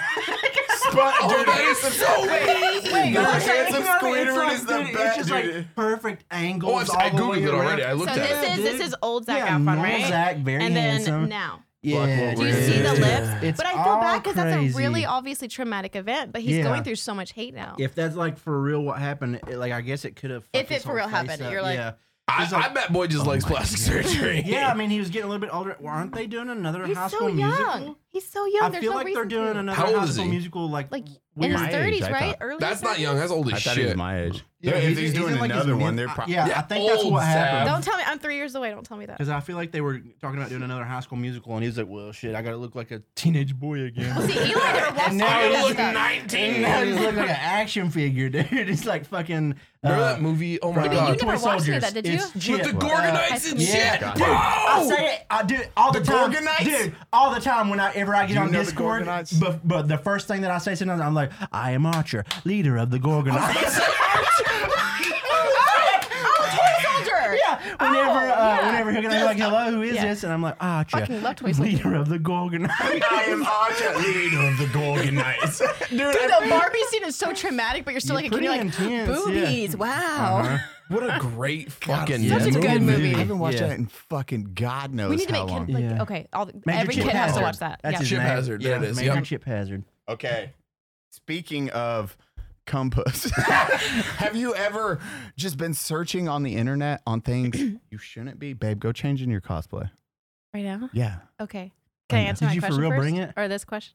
Oh, that is so The weird. It's like- handsome you know what I mean? It's Squidward like, is the dude, It's best, just dude. like perfect angles. Oh, I've, all I the way googled it around. already. I looked So at it. this is this dude. is old Zac Yeah, Efron, normal right? Zac, very and then handsome. now. Yeah, Do you see the dude. lips? It's but I feel all bad because that's a crazy. really obviously traumatic event. But he's Yeah. going through so much hate now. If that's like for real, what happened? It, like I guess it could have. fucked If it his for whole real face happened, up. you're like- yeah. I, He's like- I bet boy just likes plastic surgery. Yeah, I mean, he was getting a little bit older. Well, aren't they doing another He's High so School young. Musical? He's so young. I There's feel no like reason they're doing to. another How old is high school he? musical like, like in weird. his My age, thirties, I right? thought. Early. That's not 30s? young. That's old I as thought he was shit. my age. Yeah, if he's doing in, like, his another mid- one, they're I- prob- yeah, Yeah, I think that's old what Zab. happened. Don't tell me. I'm three years away. Don't tell me that. Because I feel like they were talking about doing another High School Musical, and he was like, "Well, shit, I gotta look like a teenage boy Well, again." see, Eli never watched now any of he that look stuff. and now he's looking like an action figure, dude. It's like fucking. Remember uh, that movie? Oh my from you god. never Toy watched any of Soldiers. that, did you? It's With shit. the High Gorgonites school and musical. shit. Yeah. Bro! I say it. I do it all the, time, Gorgonites? dude. All the time. Whenever I get on know the Discord, Gorgonites? but but the first thing that I say sometimes I'm like, I am Archer, leader of the Gorgonites. Oh, Toy Soldier. yeah. Whenever uh, yeah. whenever he'll be like, hello, who is Yeah. this? And I'm like, Archer, Fucking love Toy Soldier. leader of the Gorgonites. I am Archer, leader of the Gorgonites. Dude, the Barbie scene is so traumatic, but you're still like, You're can you like pretty intense, yeah. Uh-huh. boobies? Wow. What a great fucking Such a movie. good movie. I haven't watched Yeah. that in fucking God knows We need to how make long. kid, like, Yeah. okay, all the, Major every Chip kid has to Hazard. watch that. That's yeah. his Chip name. Hazard, there Yeah, it is, Major yep. Chip Hazard. Okay. Speaking of compass, have you ever just been searching on the internet on things you shouldn't be? Babe, go change in your cosplay. Right now? Yeah. Okay. Can I answer Did my you for question real first? bring it? Or this question?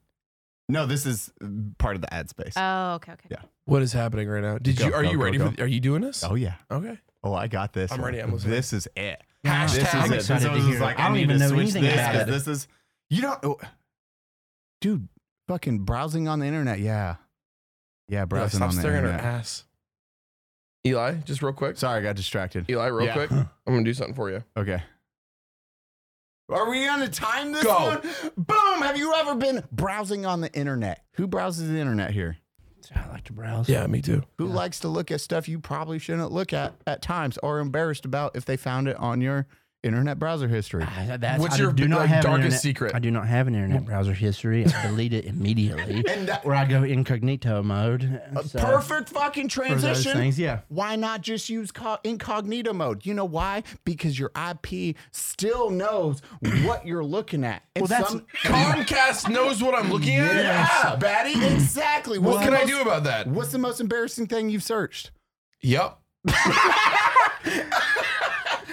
No, this is mm, part of the ad space. Uh, Oh, okay, okay. Yeah. What is happening right now? Did Go, you are go, you go, ready go. for are you doing this? oh, yeah. Okay. Oh, I got this. I'm ready, I'm listening. this is it. Wow. This is I'm it. excited So to this is hear it. like, I don't need even to know switch anything this, about 'cause it. This is, you don't, oh, dude, fucking browsing on the internet. Yeah. Yeah, Eli, browsing stop on the staring at her internet. ass. Eli, just real quick. Sorry, I got distracted. Eli, real Yeah. quick. I'm gonna do something for you. Okay. Are we gonna time this Go. one? Boom! Have you ever been browsing on the internet? Who browses the internet here? I like to browse. Yeah, me too. Who likes to look at stuff you probably shouldn't look at at times or embarrassed about if they found it on your internet browser history? Ah, I- that's- What's I your do big, not like, have an darkest internet- secret? I do not have an internet browser history. I delete it immediately, And that- where I go incognito mode. So, Perfect fucking for those transition. things, yeah. Why not just use co- incognito mode? You know why? Because your IP still knows what you're looking at. And Well, that's- some- Comcast knows what I'm looking at. Ah, yeah, Batty, exactly. What What's can the I most- do about that? What's the most embarrassing thing you've searched? Yep.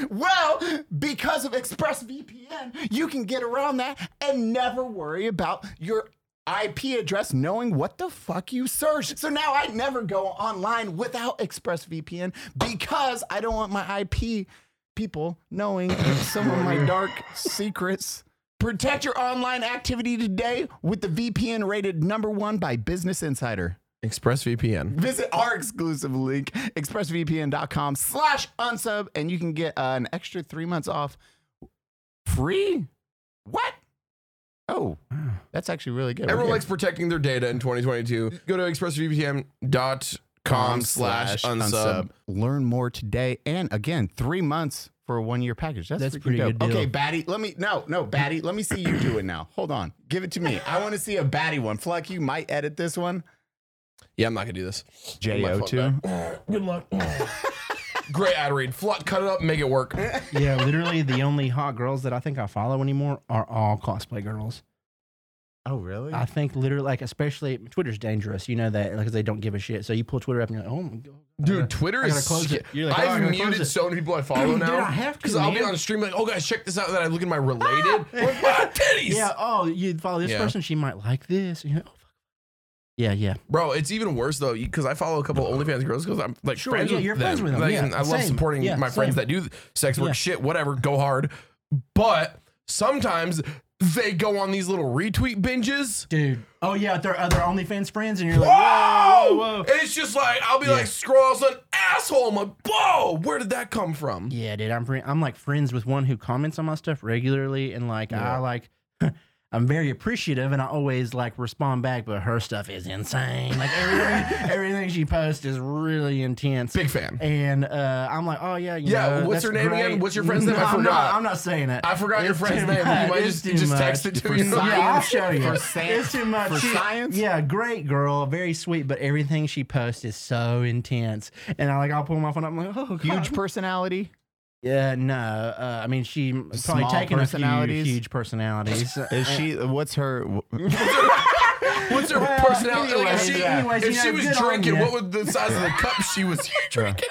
Well, because of ExpressVPN, you can get around that and never worry about your IP address knowing what the fuck you searched. So now I never go online without ExpressVPN because I don't want my IP people knowing some of my dark secrets. Protect your online activity today with the VPN rated number one by Business Insider. ExpressVPN. Visit our exclusive link, expressvpn.com slash unsub, and you can get uh, an extra three months off free. What? Oh, that's actually really good. Everyone We're likes protecting their data in 2022. Go to expressvpn.com getting- slash unsub. Learn more today. And again, three months for a one year package. That's, That's freaking pretty dope. good deal. Okay, Batty, let me, no, no, Batty, let me see you do it now. Hold on. Give it to me. I want to see a Batty one. Fleck, you might edit this one. Yeah, I'm not gonna do this. Get my phone JO2. back. Good luck. Great ad read. Flut, cut it up, and make it work. Yeah, literally the only hot girls that I think I follow anymore are all cosplay girls. Oh, really? I think literally, like especially Twitter's dangerous. You know that because they don't give a shit. So you pull Twitter up and you're like, oh my god, Dude, Twitter I gotta is. close sca- it. You're like, oh, I I've gotta close muted it. so many people I follow Dude, now. I have to, Because I'll be man. on stream like, oh guys, check this out. And then I look at my related. Look, my titties. yeah, oh, you follow this Yeah. person, she might like this. And you're like, oh, fuck. Yeah, yeah. Bro, it's even worse though because I follow a couple OnlyFans girls because I'm like Sure, friends, yeah, with you're them. friends with them, Like, yeah, and I love same, supporting yeah, my friends same. that do sex work, Yeah. shit, whatever, go hard. But sometimes they go on these little retweet binges. Dude. Oh yeah, they're other OnlyFans friends, and you're like, Whoa! whoa, whoa, whoa. And it's just like I'll be Yeah. like scroll an asshole. I'm like, whoa, where did that come from? Yeah, dude, I'm fri- I'm like friends with one who comments on my stuff regularly, and like I like I'm very appreciative, and I always like respond back. But her stuff is insane. Like everything, everything she posts is really intense. Big fan. And uh, I'm like, oh yeah, you Yeah, know, what's that's her name great. again? What's your friend's name? I No, I'm not- forgot. I'm not saying it. I forgot your It's friend's too name. You much. might It's just- too you just much. text it to For me. science. Yeah, I'll show you. For science- It's too much. for She- science? Yeah, great girl, very sweet, but everything she posts is so intense. And I like, I'll pull my phone up. I'm like, oh, God. Huge personality. Yeah, no. Uh, I mean, she m- probably Small taking a few personalities? huge personalities. Is she? What's her? What's her Well, personality? like if anyways, she, yeah. anyways, if you she know, was good on drinking, ya. what would the size of the cup she was drinking?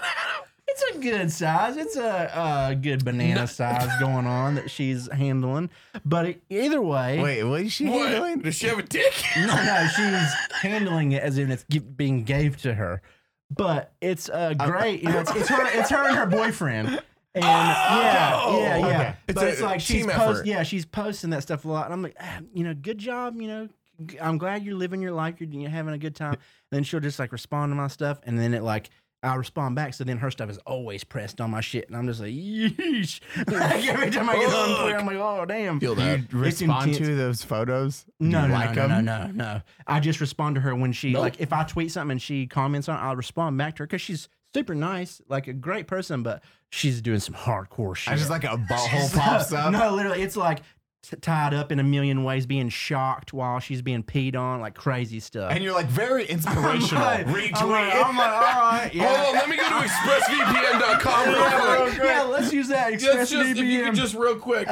It's a good size. It's a, a good banana size going on that she's handling. But it, either way, Wait, what is she What? handling? Does she have a dick? no, no, she's handling it as if it's gi- being gave to her. But it's uh, great. You know, it's, it's her. It's her and her boyfriend. And yeah, yeah, yeah. Oh, Okay. But It's it's, a like she's team post, effort. yeah, she's posting that stuff a lot. And I'm like, ah, you know, good job. You know, g- I'm glad you're living your life. You're, you're having a good time. then she'll just like respond to my stuff, and then it like. I respond back, so then her stuff is always pressed on my shit, and I'm just like, yeesh. Like, every time I get on Twitter, I'm like, oh damn. Feel that. You respond intense. to those photos? No, you no, like no, 'em? no, no, no. I just respond to her when she like if I tweet something and she comments on, it, I'll respond back to her because she's super nice, like a great person, but she's doing some hardcore shit. I just like a butthole pops up. No, literally, it's like t- tied up in a million ways, being shocked while she's being peed on, like crazy stuff. And you're like very inspirational. I'm like, Retweet. I'm like, I'm like, all right, yeah. Hold on, let me go to expressvpn.com real quick. yeah, let's use that. Let's Express just, if you could just real quick.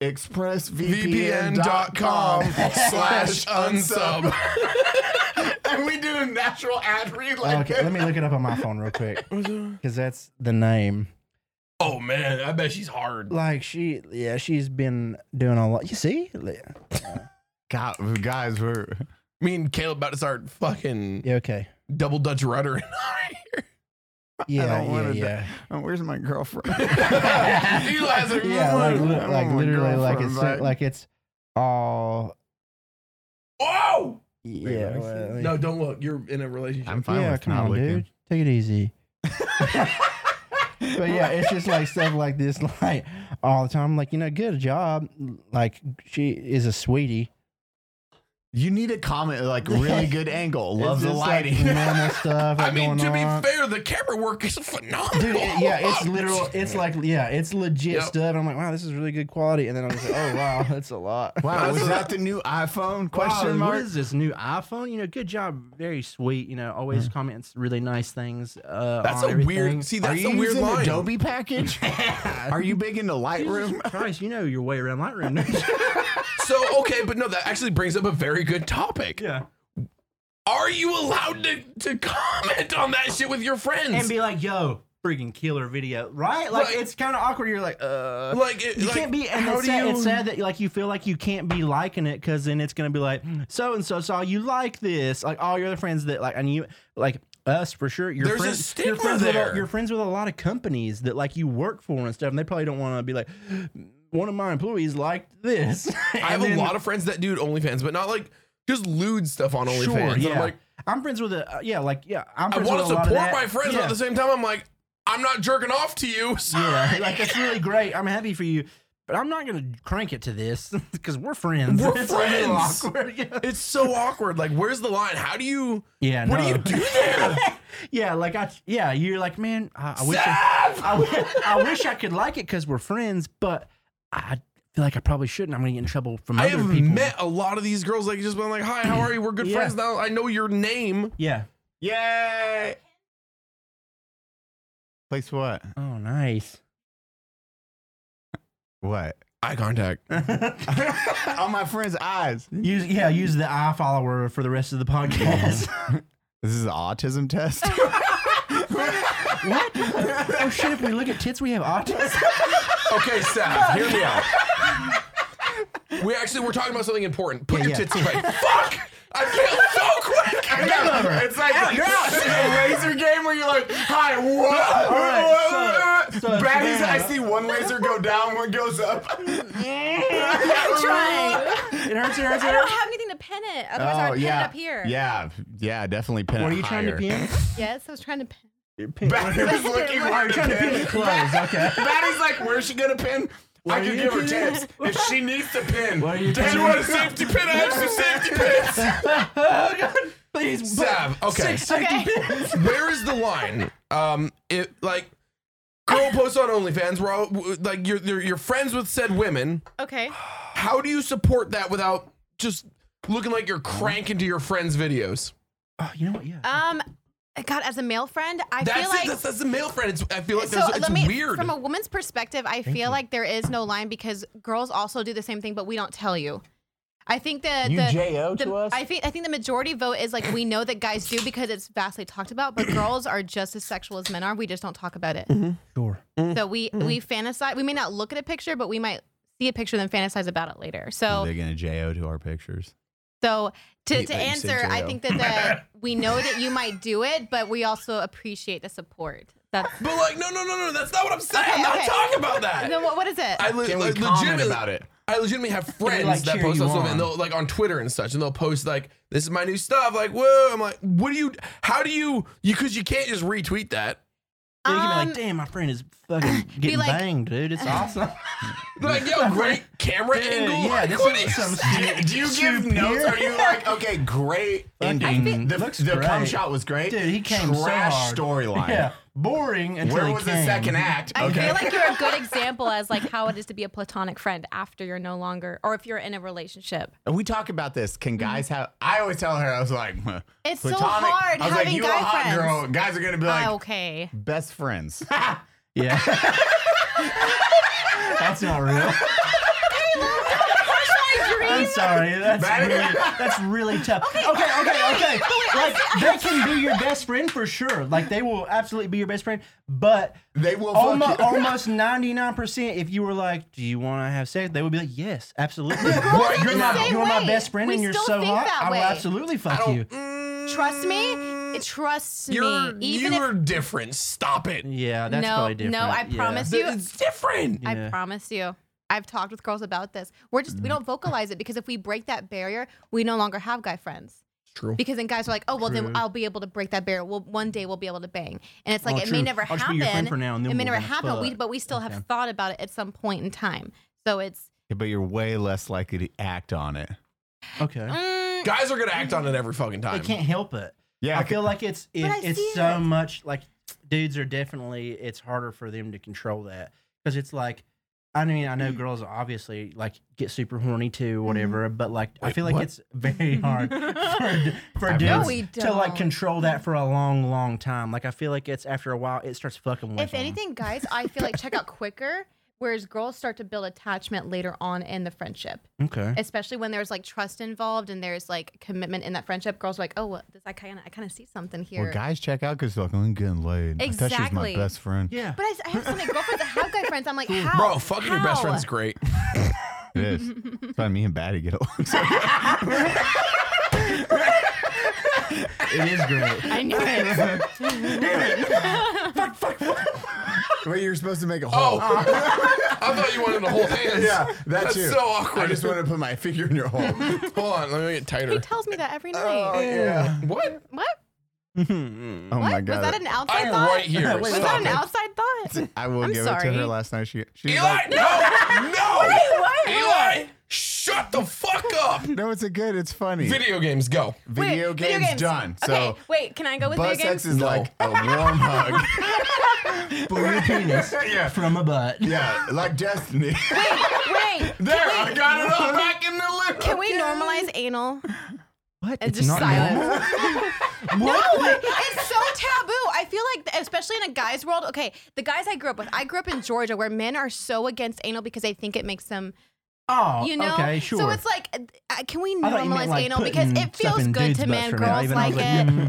ExpressVPN.com VPN.com slash unsub. and we do a natural ad read like Okay, let me look it up on my phone real quick because that's the name. Oh man, I bet she's hard. like she yeah she's been doing a lot you see Li- God, guys, we're Me and Caleb about to start fucking yeah okay double Dutch rudder. yeah don't wanna yeah do- yeah oh, where's my girlfriend? Eli has a- yeah like, I li- don't like want literally like girlfriend it's back. like it's all Whoa! yeah what's well, No, don't look. You're in a relationship. I'm fine yeah with come not on looking. dude take it easy but yeah it's just like stuff like this like all the time like you know good job like she is a sweetie You need a comment like really good angle. It's Love the just, lighting. like, normal stuff I like, mean, going to on. be fair, the camera work is phenomenal. Dude, it- yeah, it's literal. It's like, yeah, it's legit Yep. stuff. I'm like, wow, this is really good quality. And then I'm just like, oh wow, that's a lot. wow, was that the new iPhone? Wow, Question What mark. is this new iPhone? You know, good job, very sweet. You know, always comments really nice things. Uh, That's on a everything. weird. See, Hmm. Are that's you a weird using line. Adobe package? Are you big into Lightroom? Christ, you know your way around Lightroom. So okay, but no, that actually brings up a very good topic. yeah, Are you allowed to, to comment on that shit with your friends? and be like, yo, freaking killer video, right? Like, Right. it's kind of awkward. You're like, uh. like, it, You like, can't be, and how it's do sad, you? it's sad that like you feel like you can't be liking it because then it's gonna be like so and so saw you like this, like all your other friends that like and you like us for sure. Your There's a friends, stigma your friends With there. a, you're friends with a lot of companies that like you work for and stuff, and they probably don't want to be like one of my employees liked this. I have a lot of friends that do OnlyFans, but not like just lewd stuff on OnlyFans. sure, And yeah. I'm like, I'm friends with a uh, yeah, like yeah. I'm I friends want with to a lot of support that. my friends, but Yeah. at the same time, I'm like, I'm not jerking off to you. So Yeah, like that's really great. I'm happy for you, but I'm not gonna crank it to this because we're friends. We're It's a little friends. awkward, yeah. It's so awkward. Like, where's the line? How do you? Yeah, What no. do you do there? Yeah, like I, yeah, you're like, man, I, I wish, I, I, wi- I wish I could like it because we're friends, but I feel like I probably shouldn't. I'm gonna get in trouble from I other have people. met a lot of these girls. Like, just been like, hi, how are you? We're good Yeah. friends now. I know your name. yeah. Yay! Place what? Oh, nice. What? Eye contact. On my friend's eyes. Use yeah, use the eye follower for the rest of the podcast. This is an autism test. what? oh shit! If we look at tits, we have autism. Okay, Sav, hear me out. We actually we're talking about something important. Put your yeah. tits away. Fuck! I failed so quick. I got it's like a laser game where you're like, hi, what? right, so- so Baddies, I Savannah- see one laser go down, one goes up. I'm trying. It hurts. It hurts. It I don't hurts. have anything to pin it. Otherwise, I would pin it up here. Oh, Yeah, yeah, definitely pin What it are you trying to higher. pin? Yes, I was trying to pin. pin? Baddies looking hard to trying to pin pin. it closed. Okay. Baddies like, where's she gonna pin? I can give her tips if she needs to pin. What are you Do you trying want a safety pin? I have some safety pins. Please, Sav, okay. Where is the line? Um, it like girl posts on OnlyFans. We're all w- like you're, you're you're friends with said women. Okay. How do you support that without just looking like you're cranking to your friends' videos? Oh, you know what? Yeah. Um, God, as a male friend, I That's feel it. like that's, that's the male friend. It's, I feel like so there's, it's let me weird. from a woman's perspective i feel like there is no line because girls also do the same thing but we don't tell you I think that You the, J.O. the- to us? I think I think the majority vote is like we know that guys do because it's vastly talked about, but girls are just as sexual as men are. We just don't talk about it. Mm-hmm. Sure. So we we fantasize. We may not look at a picture, but we might see a picture then fantasize about it later. So They're gonna jo to our pictures. so to, Hate to that you say answer, I J.O. think that the, we know that you might do it, but we also appreciate the support. That's But like, no, no, no, no. That's not what I'm saying. Okay, I'm not okay. talking about that. then what, what is it? I le- Can we like, comment legitimately- about it? I legitimately have friends like, that cheer post you on something, and on. they'll like on Twitter and such, and they'll post like, "This is my new stuff." Like, whoa! I'm like, what do you? How do you? You because you can't just retweet that. Then you can be Um, like, damn, my friend is fucking getting like- banged, dude. It's awesome. Like, yo, great camera angle. yeah, Like, this what is is- some Do you, do you give notes? Are you like, okay, great ending? The, looks the cum great. shot was great. Dude, he came so Trash hard. storyline. Yeah, boring until Where he was the came. second act? I Okay. feel like you're a good example as like how it is to be a platonic friend after you're no longer, or if you're in a relationship. And we talk about this. Can guys have? I always tell her, I was like, huh, Mm-hmm. It's so hard I was having like, you a guy hot friends. girl. Guys are gonna be like Ah, okay. best friends. Yeah. That's not real. I'm sorry. That's really, that's really tough. Okay, okay, okay. Like they can be your best friend for sure. Like they will absolutely be your best friend. But They will fuck almost you. almost 99% if you were like, "Do you want to have sex?" They would be like, "Yes, absolutely." are you're the my same you're my way. best friend We and you're still so think hot. that I will way. absolutely fuck you. Trust me. Trust You're me. Even you're if different. Stop it. Yeah, that's no, probably different. no, I Yeah. promise you. It's different. I promise you. I've talked with girls about this. We're just Mm. we don't vocalize it because if we break that barrier, we no longer have guy friends. True. Because then guys are like, oh well, then I'll be able to break that barrier. Well, one day we'll be able to bang, and it's like Oh, it may true. never I'll just happen. be your friend for now, and then it may we'll never go, happen. But we, but- but we still have thought about it at some point in time. So it's but you're way less likely to act on it. Okay. mm, Guys are gonna act on it every fucking They time. can't help it. Yeah, I feel like it's it, I see it's so it. much like dudes are definitely it's harder for them to control that because it's like I mean I Mm. know girls obviously like get super horny Mm-hmm. too whatever but like I feel like it's very hard for, for No, dudes we to like don't. control that for a long long time like I feel like it's after a while it starts fucking with if them. anything, guys, I feel like check out quicker, whereas girls start to build attachment later on in the friendship, okay especially when there's like trust involved and there's like commitment in that friendship. Girls are like, oh, well, this I kind of I kind of see something here. Well, guys check out because like "Oh, I'm getting laid. I thought she was my Exactly. best friend. yeah But I, I have so many girlfriends that have guy friends. I'm like, how? Bro, fucking your best How? friend's great. It is. That's why me and Batty get along. so it is great I knew it. Wait, you're supposed to make a Oh, I thought you wanted to hold hands. Yeah, that that's too. so awkward. I just wanted to put my finger in your hole. Hold on, let me get He tighter. tells me that every night. Oh, yeah. What? What? Oh What? my Was god. that an outside I'm thought? right here. Was Was Stop that an it. outside thought? I will I'm give it sorry. to her last night. She, she was Eli, like, no, no. what? Eli, shut the fuck up. no, it's a good. It's funny. Video games, go. Wait, Video, game's done. okay, So wait. Can I go with butt video sex games? is like a warm hug. for your penis from a butt yeah, like Destiny. wait. there, I got it all back in the loop. Can we normalize anal? what It's it's just not normal silence. what it's so taboo. I feel like, especially in a guy's world. Okay, the guys I grew up with. I grew up in Georgia, where men are so against anal because they think it makes them, oh you know. okay sure So it's like, uh, can we I thought you normalize meant, like, anal because putting it feels stuff in good dudes' to butts men, for now. girls Even I like was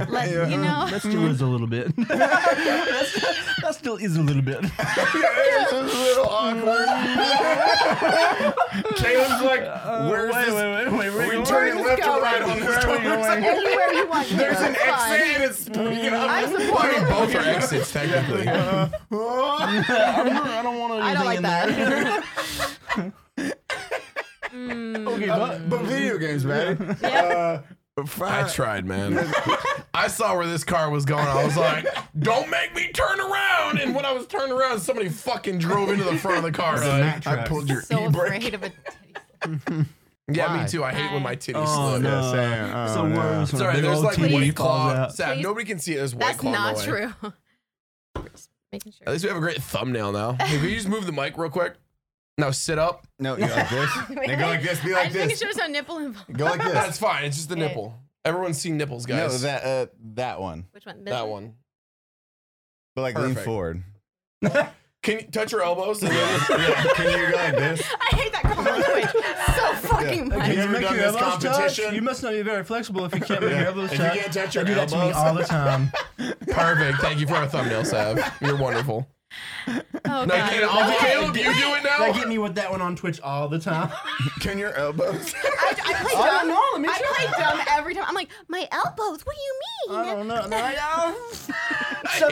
it. like, yeah. Let- you know. That still is a little bit. that still is a little bit. It's a little awkward. Caleb's like, where's this? wait, wait, wait. We turn it this left or going? right on this Where are we conversation. Anywhere you want. There's It's an fine. exit and it's speaking I up. support it. Both are exits, technically. I don't want I don't like that. But, but video games, man. Yeah. Uh, I fine. tried, man. I saw where this car was going. I was like, don't make me turn around. And when I was turned around, somebody fucking drove into the front of the car. Like, I pulled your so e-brake. afraid of a. yeah, Why? me too. I hate when my titties Oh, slip. no. Sam, oh, It's the no. It's worst. all when a right. big There's old like titty white falls claw. out. Sam, Please- nobody can see it. There's white That's claw. in the not way. true. Just making At sure. least we have a great thumbnail now. Hey, can you just move the mic real quick? Now sit up. No, you like this. They go like this. Be I'm like just making this. sure there's no nipple involved. Go like That's this. fine. It's just the Okay. nipple. Everyone's seen nipples, guys. No, that uh, that one. Which one? This that one. But like lean Perfect. forward. Can you touch your elbows? And then Yeah, Can you go like this? I hate that. Come on, so fucking much. You ever done this competition? You must not be very flexible if you can't move your elbows If you shut. can't touch your They do that to me elbows. all the time. Perfect. Thank you for our thumbnail, Sav. You're wonderful. Oh, Now, God. Caleb, Caleb, you do it They now. get me with that one on Twitch all the time. Can your elbows? I, I play dumb. don't know, let me I play dumb every time. I'm like, my elbows. What do you mean? I don't know. No, I uh, don't. Stop,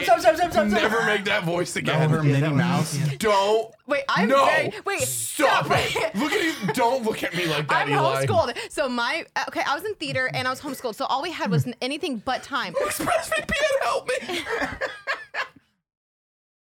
stop, stop, stop, stop, stop. Never make that voice again. Her Minnie Mouse. Don't. Wait, I'm no. very- wait, Stop, stop it. it. Look at you. Don't look at me like that, I'm Eli. homeschooled. So my uh, okay, I was in theater and I was homeschooled. So all we had was anything but time. ExpressVPN, help me.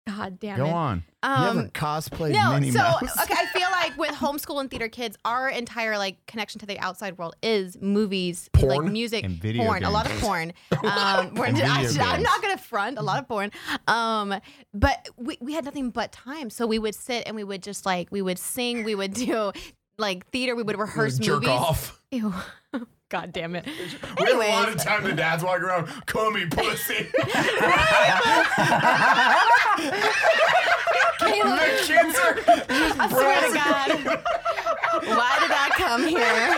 God damn Go it. on. Um, you ever cosplayed No, Minnie so Mouse? okay, I feel like with homeschool and theater kids, our entire like connection to the outside world is movies, like Porn? music, And video porn, a lot of games. porn. Um, we're video I, am games. not gonna front a lot of porn. Um, but we we had nothing but time, so we would sit and we would just like we would sing, we would do like theater, we would rehearse Jerk movies. off. Ew. God damn it. We have a lot Anyways, of time to dads walking around, call me pussy. the Caleb, kids are I swear to God. Why did I come here?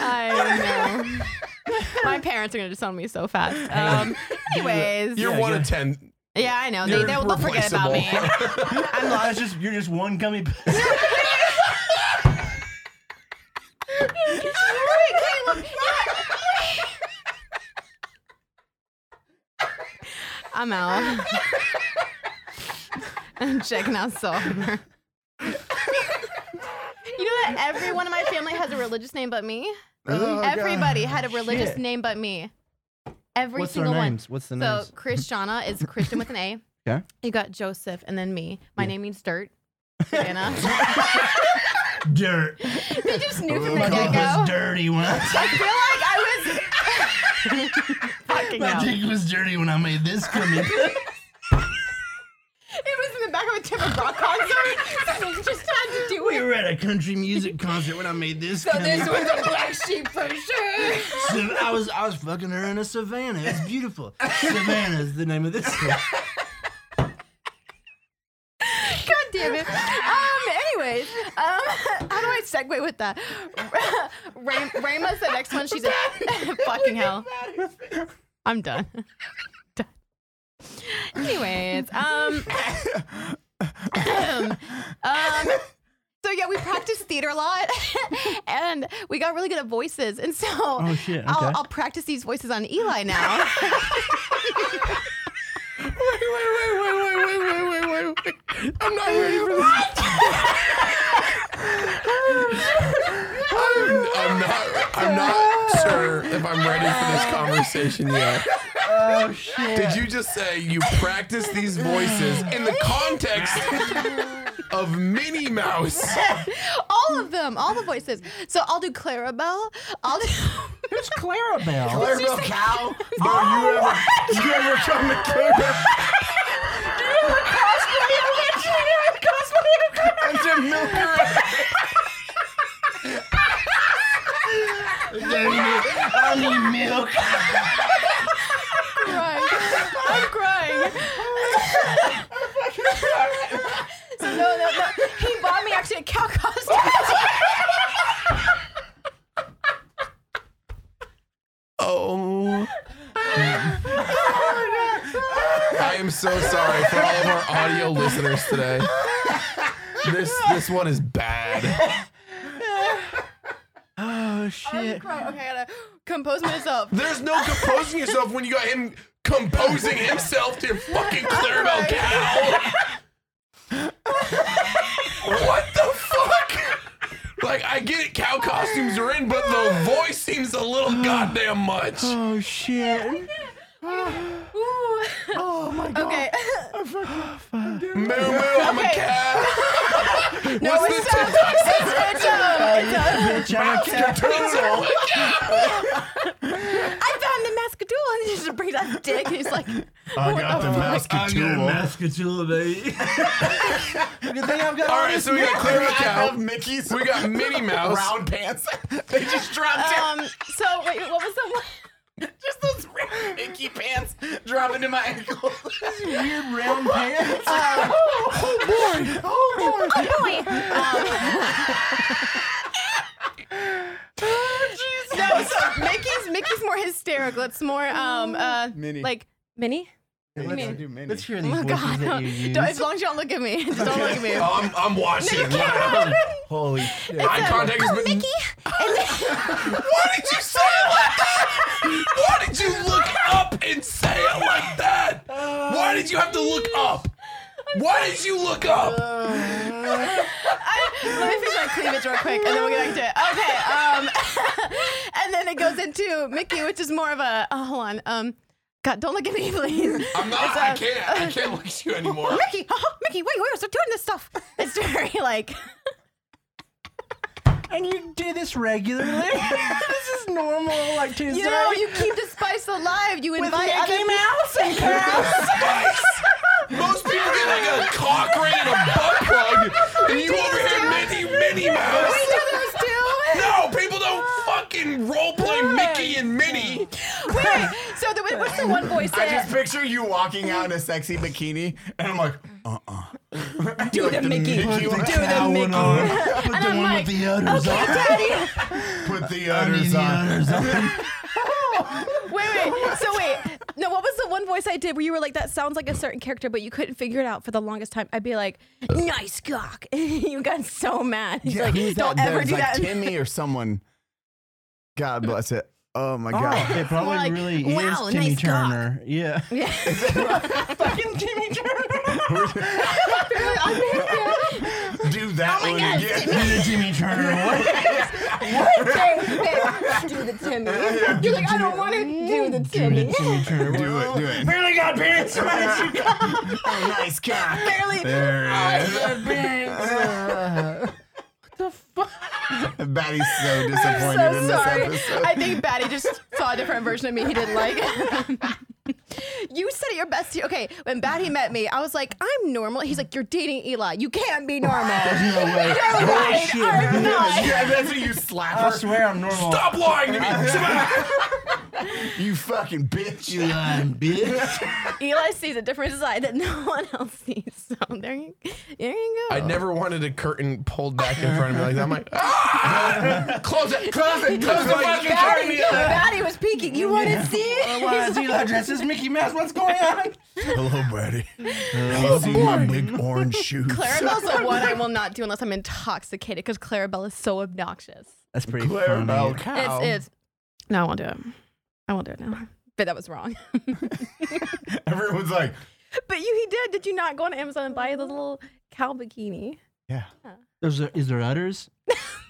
I know. My parents are gonna disown me so fast. Um, anyways, You're one of ten. yeah, I know. They, You're they'll, they'll forget about me. I'm lost. That's just you're just one gummy. I'm out. I'm checking out sober. You know that everyone in my family has a religious name but me? Everybody had a religious Oh, Shit. name but me. Every What's their single one. names? What's the So names? Christiana is Christian with an A. Okay. You got Joseph and then me. My name means dirt. Anna. Dirt. they just knew from the My dick get was go. dirty when I, I feel like I was fucking my hell. dick was dirty when I made this gummy. It was in the back of a Tim Rock concert. so we just had to do we it. were at a country music concert when I made this So gummy. this was a black sheep for sure. Sav- I was I was fucking her in a savannah. It's beautiful. Savannah is the name of this. one. God damn it. Um, anyways, um, how do I segue with that? Ray- Rayma's the next one. She's a fucking hell. I'm done. Done. Anyways, um, um, so yeah, we practiced theater a lot, and we got really good at voices. And so, Oh, shit, I'll, okay. I'll practice these voices on Eli now. I'm not ready for this. I'm, I'm not. I'm not sure if I'm ready for this conversation yet. Oh shit. Did you just say you practice these voices in the context of Minnie Mouse? all of them, all the voices. So I'll do Clarabelle. I'll do. Who's Clarabelle? Clarabelle cow. No, you ever, you ever come to Clarabelle? It's a milker. I need milk. crying. I'm crying. so no, no, no. He bought me actually a cow costume. Oh. I am so sorry for all of our audio listeners today. This this one is bad. Oh shit. okay, I gotta compose myself. There's no composing yourself when you got him composing himself to fucking Clarabelle Cow. what the fuck? Like I get it, cow costumes are in, but the voice seems a little goddamn much. Oh shit. Oh my god. Okay. Moo moo, I'm a Okay. cow. No, What's it's the up. It's, uh, it's up. It's up. Bitch, I'm a cat. I found the mascadool and he just brings out the dick and he's like, I got Oh the I got a mascatool. mascatula, baby. Good thing I've got All right, so we got Clarabelle I Cow. love Mickey's We got Minnie Mouse. round pants. they just dropped down. um, so wait, what was the one? Uh, Just those round Mickey pants dropping to my ankles. weird round pants. Um, oh boy! Oh boy! Um, Oh, it's more um uh Mini. like mini. Let's mean? do mini. Let's hear these Oh voices God! that you use. Don't, as long as you don't look at me, just don't look at me. Oh, I'm, I'm watching. Holy shit! Eye contact is. Oh, Mickey! Why did you say it like that? Why did you look up and say it like that? Why did you have to look up? Why did you look up? I, let me fix my cleavage real quick, and then we'll get back to it. Okay. Um, and then it goes into Mickey, which is more of a oh, hold on. Um, God, don't look at me, please. um, I'm not. I can't. I can't look at you anymore. Mickey, oh, Mickey, wait, wait, stop doing this stuff. It's very like. And you do this regularly. this is normal, like Tuesday. You know, you keep the spice alive. You invite other Mouse and Spice. Most people get like a cock ring and a butt plug, and you over here, Minnie, Minnie Mouse. We do those too. No, people don't fucking roleplay Mickey and Minnie. Wait, so the, what's the one boy I said? just picture you walking out in a sexy bikini, and I'm like, uh-uh. Do the Mickey. Do the That Mickey. one on. And I'm like, udders okay, Daddy. put the I mean, udders the on. udders on. Wait, wait. So wait. No, what was the one voice I did where you were like, that sounds like a certain character, but you couldn't figure it out for the longest time? I'd be like, nice cock. you got so mad. He's like, who's don't that? ever There's do like that. Timmy or someone. God bless it. Oh my God. It probably Like, really wow, is Timmy nice cock. Turner. Yeah. Fucking Timmy Turner. Do that one Oh God, again. Timmy Turner. What? do the Timmy. You're like, I don't want to do the Timmy. Timmy Turner. Do it, do it. Barely got parents. Oh, nice cock. Barely. Oh, There it the fuck? is. Batty's so disappointed so in this sorry. episode. I think Batty just saw a different version of me he didn't like. you said it your best. to- Okay, when Batty met me, I was like, I'm normal. He's like, You're dating Eli. You can't be normal. No way. You're right. I'm not. yeah, that's what you slap I her. swear I'm normal. Stop lying to me. Smack. You fucking bitch. You lying bitch. Eli sees a different side that no one else sees. So there you, there you go. I never wanted a curtain pulled back in front of me like that. I'm like, ah! close it, close it, close the fucking Batty, curtain. Batty was peeking. You want to see it? Why is Eli dressed as Mickey Mouse? What's going on? Hello, buddy. Hello, Uh, see my big orange shoes. Clarabelle's the one I will not do unless I'm intoxicated because Clarabelle is so obnoxious. That's pretty Clarabelle funny. cow. It's, it's no, I won't do it. I won't do it now. But that was wrong. Everyone's like, but you, he did. Did you not go on Amazon and buy the Mm-hmm. little cow bikini? yeah. Is there, is there udders?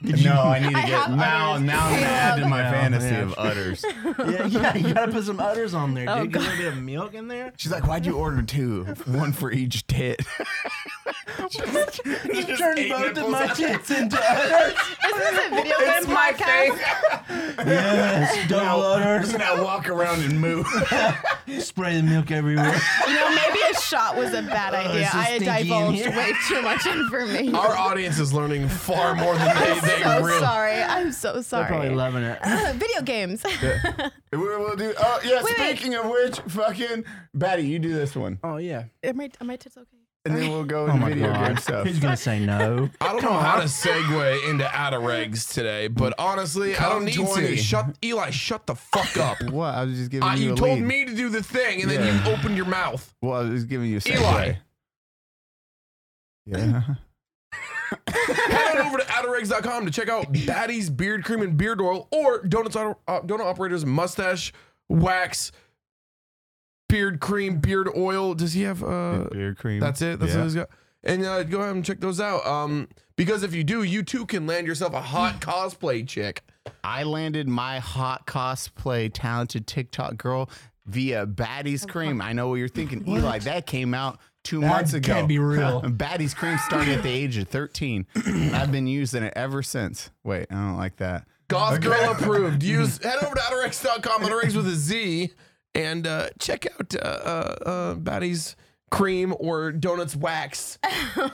no, I need to I get have now. udders. Now I'm Yeah. added to my Yeah, fantasy yeah. of udders. yeah, yeah, you gotta put some udders on there, Oh, dude. Get a little bit of milk in there. She's like, why'd you order two? One for each tit. You turned both of my tits into udders. Is this a video game podcast? yes, double udders. now walk around and move. Spray the milk everywhere. You know, maybe a shot was a bad idea. Oh, it's so I stinky in divulged here. Oh, way too much information. Our audience is learning far more than they, they so realize. sorry. I'm so Probably sorry. loving it. video games. we will do. Oh yeah. Wait, wait. speaking of which, fucking Batty, you do this one, Oh yeah. are, my, are my tips okay? and then we'll Oh go into video game stuff. Who's gonna say no? I don't know how to segue into Ataregs today, but honestly, I don't need 20. to. Shut Eli, shut the fuck up. What? I was just giving Uh, you. you a told lead. me to do the thing, and then Yeah. you opened your mouth. Well, I was just giving you a segue. Eli. Yeah. Head on over to Ataregs.com to check out Batty's Beard Cream and Beard Oil or Donuts uh, Donut Operator's Mustache Wax Beard Cream Beard Oil. Does he have? Uh, Beer cream. that's it. That's Yeah. what he's got. And uh, go ahead and check those out. Um, because if you do, you too can land yourself a hot cosplay chick. I landed my hot cosplay talented TikTok girl via Batty's Cream. I know what you're thinking, Eli. That came out two months ago. can't be real. Batty's Cream started at the age of 13. I've been using it ever since. Wait, I don't like that. Goth Girl approved. Use head over to outerx.com, outerx with a Z, and uh, check out uh, uh, uh, Batty's cream or donuts wax,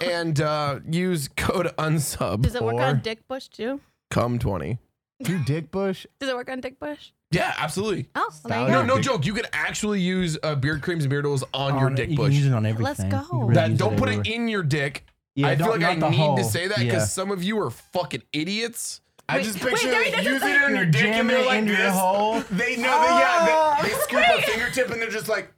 and uh, use code unsub Does it work on Or- Dick Bush too? come twenty. You dick bush? Does it work on Dick Bush? Yeah, absolutely. Oh, there you No, go. no joke. You can actually use uh, beard creams and beard oils on, your On- dick you can bush. Use it on everything. Let's You go. can really That- use don't put everywhere. it in your dick. Yeah, I feel don't- like I not the need whole. to say that because Yeah. some of you are fucking idiots. I just wait, picture there he does using his thing. it in her dick and Jamming they're it like into your this. hole. They know they Ah. yeah, they, they scoop a fingertip and they're just like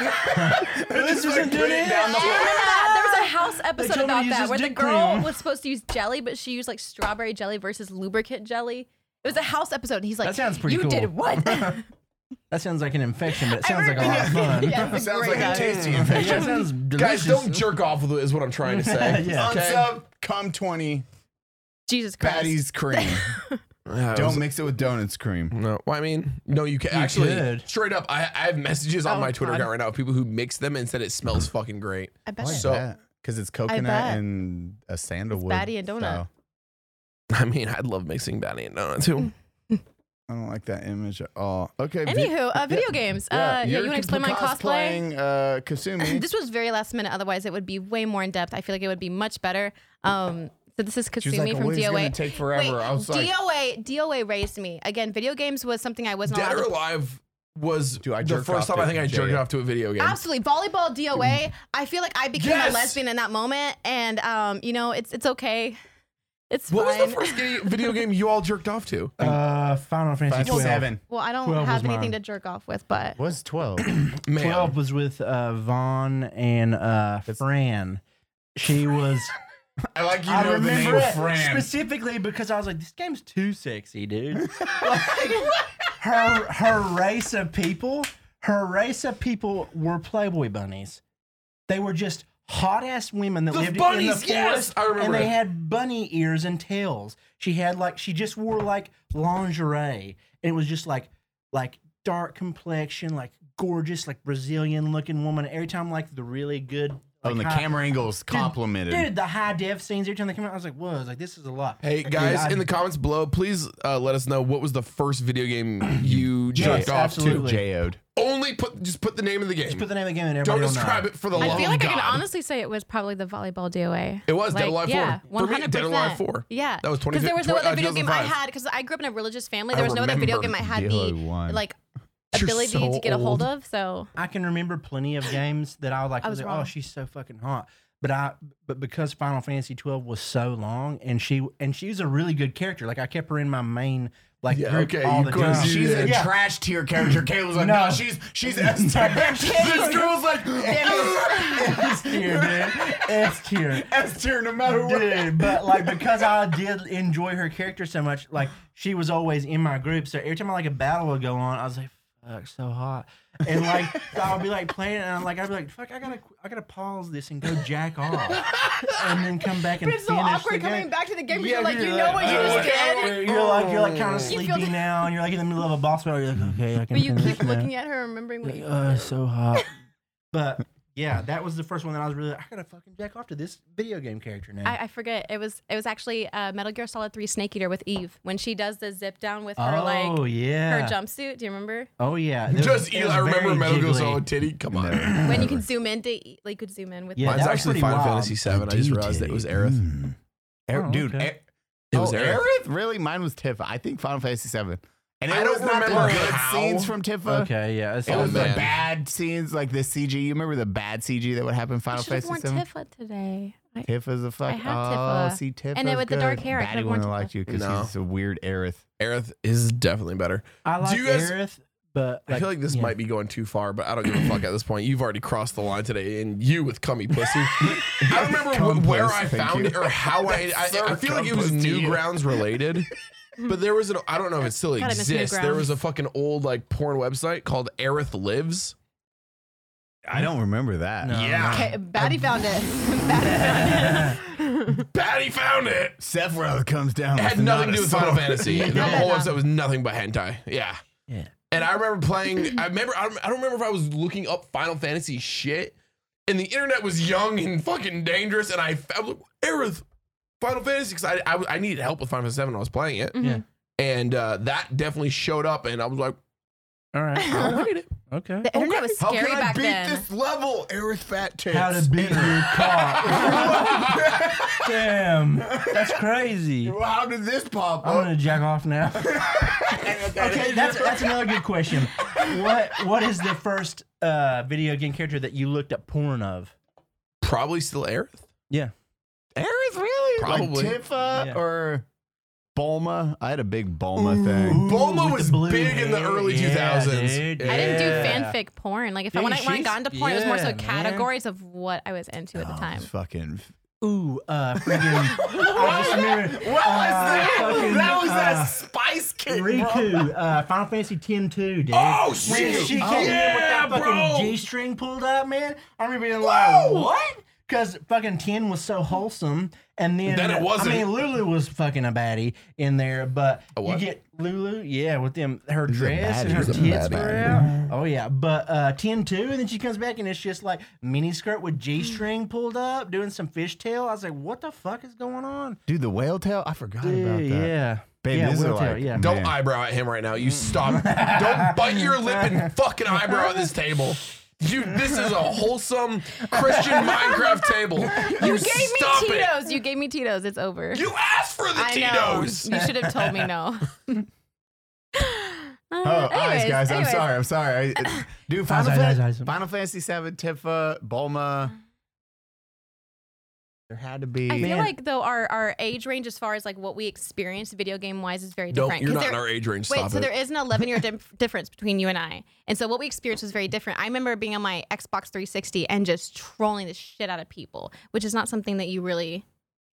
they're just like putting it down the Do you hole. remember that? There was a house told episode me about to use that this where the dick girl cream. was supposed to use jelly, but she used like strawberry jelly versus lubricant jelly. It was a house episode, and he's like, That sounds pretty You cool." did what? That sounds like an infection, but it sounds like a lot of fun. yeah, it's Oh, Sounds great like a idea. tasty infection. That sounds delicious. Guys, don't jerk off with it, is what I'm trying to say. yeah. Unsub cum twenty Jesus Christ. patties cream. Yeah, it was- Don't mix it with donuts cream. No, well, I mean, no, you can actually could. straight up. I, I have messages on Oh, my Twitter God. account right now of people who mix them and said it smells fucking great. I bet. So because it's coconut bet. and a sandalwood. batty and donut. style. I mean, I'd love mixing Batty and Donut Mm. too. I don't like that image at all. Okay. vi- Anywho, uh, video games. uh, yeah, you you're want to explain my cosplay? cosplaying, Uh, Kasumi. this was very last minute. Otherwise, it would be way more in depth. I feel like it would be much better. Um, so this is She was Kasumi like, from "Oh, it's gonna DOA. take forever. Wait, I was like, DOA, DOA raised me again. Video games was something I wasn't Dead allowed or to. Alive was Dude, I the jerked first off time I to think I Jaya. jerked off to a video game. Absolutely, volleyball DOA. I feel like I became Yes! a lesbian in that moment, and um, you know, it's it's okay. It's What was fine. the first ga- video game you all jerked off to? Uh, Final Fantasy five, 12. seven. well, I don't 12 was have anything mine. to jerk off with, but Was twelve. Man, 12 was with uh, Vaughn and uh, Fran. She was. I like you I know the name remember it Fran. specifically because I was like, this game's too sexy, dude. like, her her race of people, her race of people were Playboy bunnies. They were just hot ass women that Those lived in the bunnies, forest, yes, I remember and they it. had bunny ears and tails. She had like she just wore like lingerie, and it was just like like dark complexion, like gorgeous, like Brazilian looking woman. Every time like the really good. Oh, Like, and the high- camera angles complimented. Dude, the high def scenes every time they come out, I was like, whoa, I was like, this is a lot. Hey Dude, guys, I- in the comments below, please uh, let us know what was the first video game you jerked Yes, off absolutely. J.O.'d. to. Only put just put the name of the game. just put the name of the game in. Don't describe it for the love I feel of like I Oh, God. can honestly say it was probably the volleyball DOA. It was Dead Alive yeah, 4. For me, Dead Alive 4. Yeah, That was because there was no 20- other video game I 2005. had. Because I grew up in a religious family, I there was no other video game remember I had DOA. the like You're ability so to get a old. hold of. So I can remember plenty of games that I was like, I I was was like, oh, wrong. she's so fucking hot. But I, but because Final Fantasy twelve was so long, and she and she was a really good character. Like I kept her in my main like Yeah, group okay, all you the couldn't time. do She's a Yeah. trash tier character. Caleb's like, no, No. she's she's S tier. this girl's like S tier, dude. S tier. S tier no matter what. Dude, but like because I did enjoy her character so much, like she was always in my group. So every time like a battle would go on, I was like, "Fuck, so hot," and like so I would be like playing, it, and I'm like, I'd be like, "Fuck, I gotta, I gotta pause this and go jack off, and then come back and it's so finish awkward the coming game." uh, back to the game. Yeah, you're like, you're you like, know what you "Oh, just okay, did. wait, You're like you're like kind of You feel sleepy the- now, and you're like in the middle of a boss battle. You're like, okay, I can. But you finish keep now." looking at her, and remembering what Like, you. oh, it's so hot. but yeah, that was the first one that I was really. like, I gotta fucking jack off to this video game character now. I, I forget. It was it was actually uh, Metal Gear Solid Three Snake Eater with Eve when she does the zip down with her oh like yeah. her jumpsuit. Do you remember Oh yeah, It was- Just it Eli. was I remember very Metal Gear jiggly. Solid Titty. Come on. when you can zoom in to e, like you could zoom in with Yeah, Mine's that was actually pretty Final wild. Fantasy VII. I just realized that it was Aerith. Mm. Aerith- Oh, dude, okay. Aer- It was oh, Aerith. Aerith? Really? Mine was Tifa. I think Final Fantasy VII. And it I don't was not remember the good how. scenes from Tifa. Okay, yeah, it's It Oh, was man. the bad scenes, like the CG. You remember the bad CG that would happen in I Final should have Fantasy worn VII? Tifa today. I- Tifa's a fuck. I oh, had Tifa. see Tifa. then with the dark hair, I Batty could've worn wouldn't have Tifa. liked you because No. she's a weird Aerith. Aerith is definitely better. I like Do you guys- Aerith, but I feel like this yeah. might be going too far, but I don't give a fuck at this point. You've already crossed the line today, and you with cummy pussy. I don't remember Cum wh- where puss, I thank found you. it or how I. I, so I feel like it was cum puss to you. Newgrounds related, but there was an. I don't know if it still God, I miss exists. There Newgrounds. was a fucking old like porn website called Aerith Lives. I don't remember that. No. Okay, Batty found it. Batty found it. Patty found it. Sephiroth comes down. It had with nothing to do not a with Final sword. Fantasy. The bet whole not. website was nothing but hentai. Yeah. Yeah. And I remember playing. I remember. I don't, I don't remember if I was looking up Final Fantasy shit, and the internet was young and fucking dangerous. And I found Aerith Final Fantasy because I, I was- I needed help with Final Fantasy Seven. when I was playing it, Yeah. and uh, that definitely showed up. And I was like, All right. I'll read it. Okay. The internet was How scary can I back beat then. this level, Aerith Fat Tits? How to beat your cock? Damn, that's crazy. How did this pop I'm up? gonna jack off now. okay, that's that's another good question. What what is the first uh, video game character that you looked at porn of? Probably still Aerith. Yeah. Aerith, really? Probably. Like Tifa Yeah. or Bulma. I had a big Bulma thing. Bulma was the blue big in the hair. early Yeah, 2000s. dude. Yeah. I didn't do Yeah. fanfic porn. Like if I Dude, when I, when I she's- got into porn, it was more yeah, so man. categories of what I was into at the time. It's fucking. Ooh, uh, friggin'. I just remember. uh, What was that? fucking, that was uh, that spice kick, bro. Riku, uh, Final Fantasy X 2, dude. Oh, When shit. she came in with yeah, that bro. fucking G string pulled out, man. I remember being like, what? Because fucking 10 was so wholesome. And then, Then it wasn't. I mean, Lulu was fucking a baddie in there, but you what? get Lulu, yeah, with them, her dress and baddie. her She's a tits baddie. were out. Oh, yeah. But uh, 10 2, and then she comes back and it's just like mini skirt with G string pulled up, doing some fishtail. I was like, what the fuck is going on? Dude, the whale tail? I forgot about that. Dude, yeah. Babe, yeah, these are whale tail, like- yeah. Don't Man. eyebrow at him right now. You stop. Don't bite your lip and fucking eyebrow at this table. You, this is a wholesome Christian Minecraft table. You, You gave me stop it. Tito's. You gave me Tito's. It's over. You asked for the I know. Tito's. You should have told me no. Uh, oh, Oh, eyes, guys. I'm sorry. I'm sorry. I, dude, Final, eyes, eyes, Fan- eyes. Final Fantasy VII, Tifa, Bulma. There had to be. Uh. I feel Man. like though our, our age range as far as like what we experience video game wise is very Nope, different. you're 'Cause not in there- our age range. Wait, Stop so it. there is an 11 year dim- difference between you and I. And so what we experienced was very different. I remember being on my Xbox 360 and just trolling the shit out of people, which is not something that you really.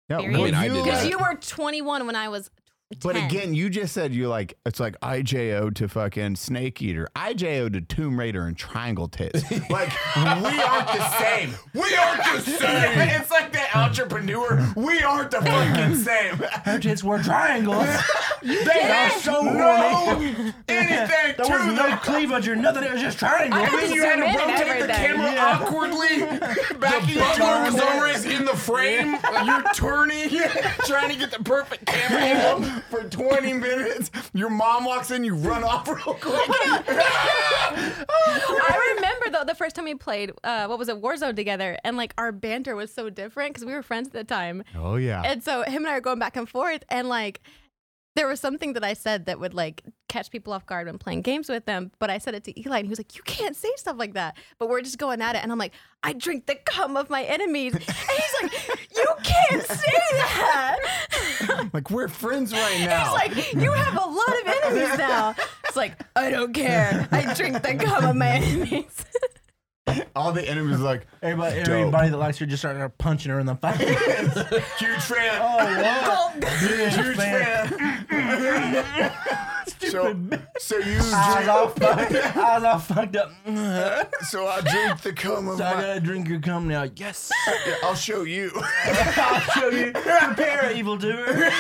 no, Period. well, Wait, I you did Because that. like- you were 21 when I was. 10. But again, you just said you like it's like IJO to fucking Snake Eater, IJO to Tomb Raider and Triangle Tits. Like we aren't the same. We aren't the same. it's like that entrepreneur. We aren't the fucking same. Her tits were triangles. They are so no anything There was no cleavage or nothing. It was just triangles. I You had to Zoom in and rotate the everything. camera awkwardly. Back in the your butler was time. always in the frame. Uh, You're turning, trying to get the perfect camera angle. for 20 minutes. Your mom walks in, you run off real quick. I remember though the first time we played, uh, what was it, Warzone together, and like our banter was so different because we were friends at the time. Oh yeah. And so him and I were going back and forth, and like there was something that I said that would like catch people off guard when playing games with them. But I said it to Eli, and he was like, "You can't say stuff like that." But we're just going at it, and I'm like, "I drink the cum of my enemies," and he's like, "You can't say that." like we're friends right He's now. like, you have a lot of enemies now. It's like, I don't care. I drink the cum of my enemies. All the enemies are like Everybody, everybody that likes her just started punching her in the face. huge fan. Oh, Oh, Huge fan. so, so you Eyes all drink, fucked. Eyes all fucked up. So so I drink the cum of I my. gotta drink your cum now. Yes. I'll show you. I'll show you. Prepare, evildoer.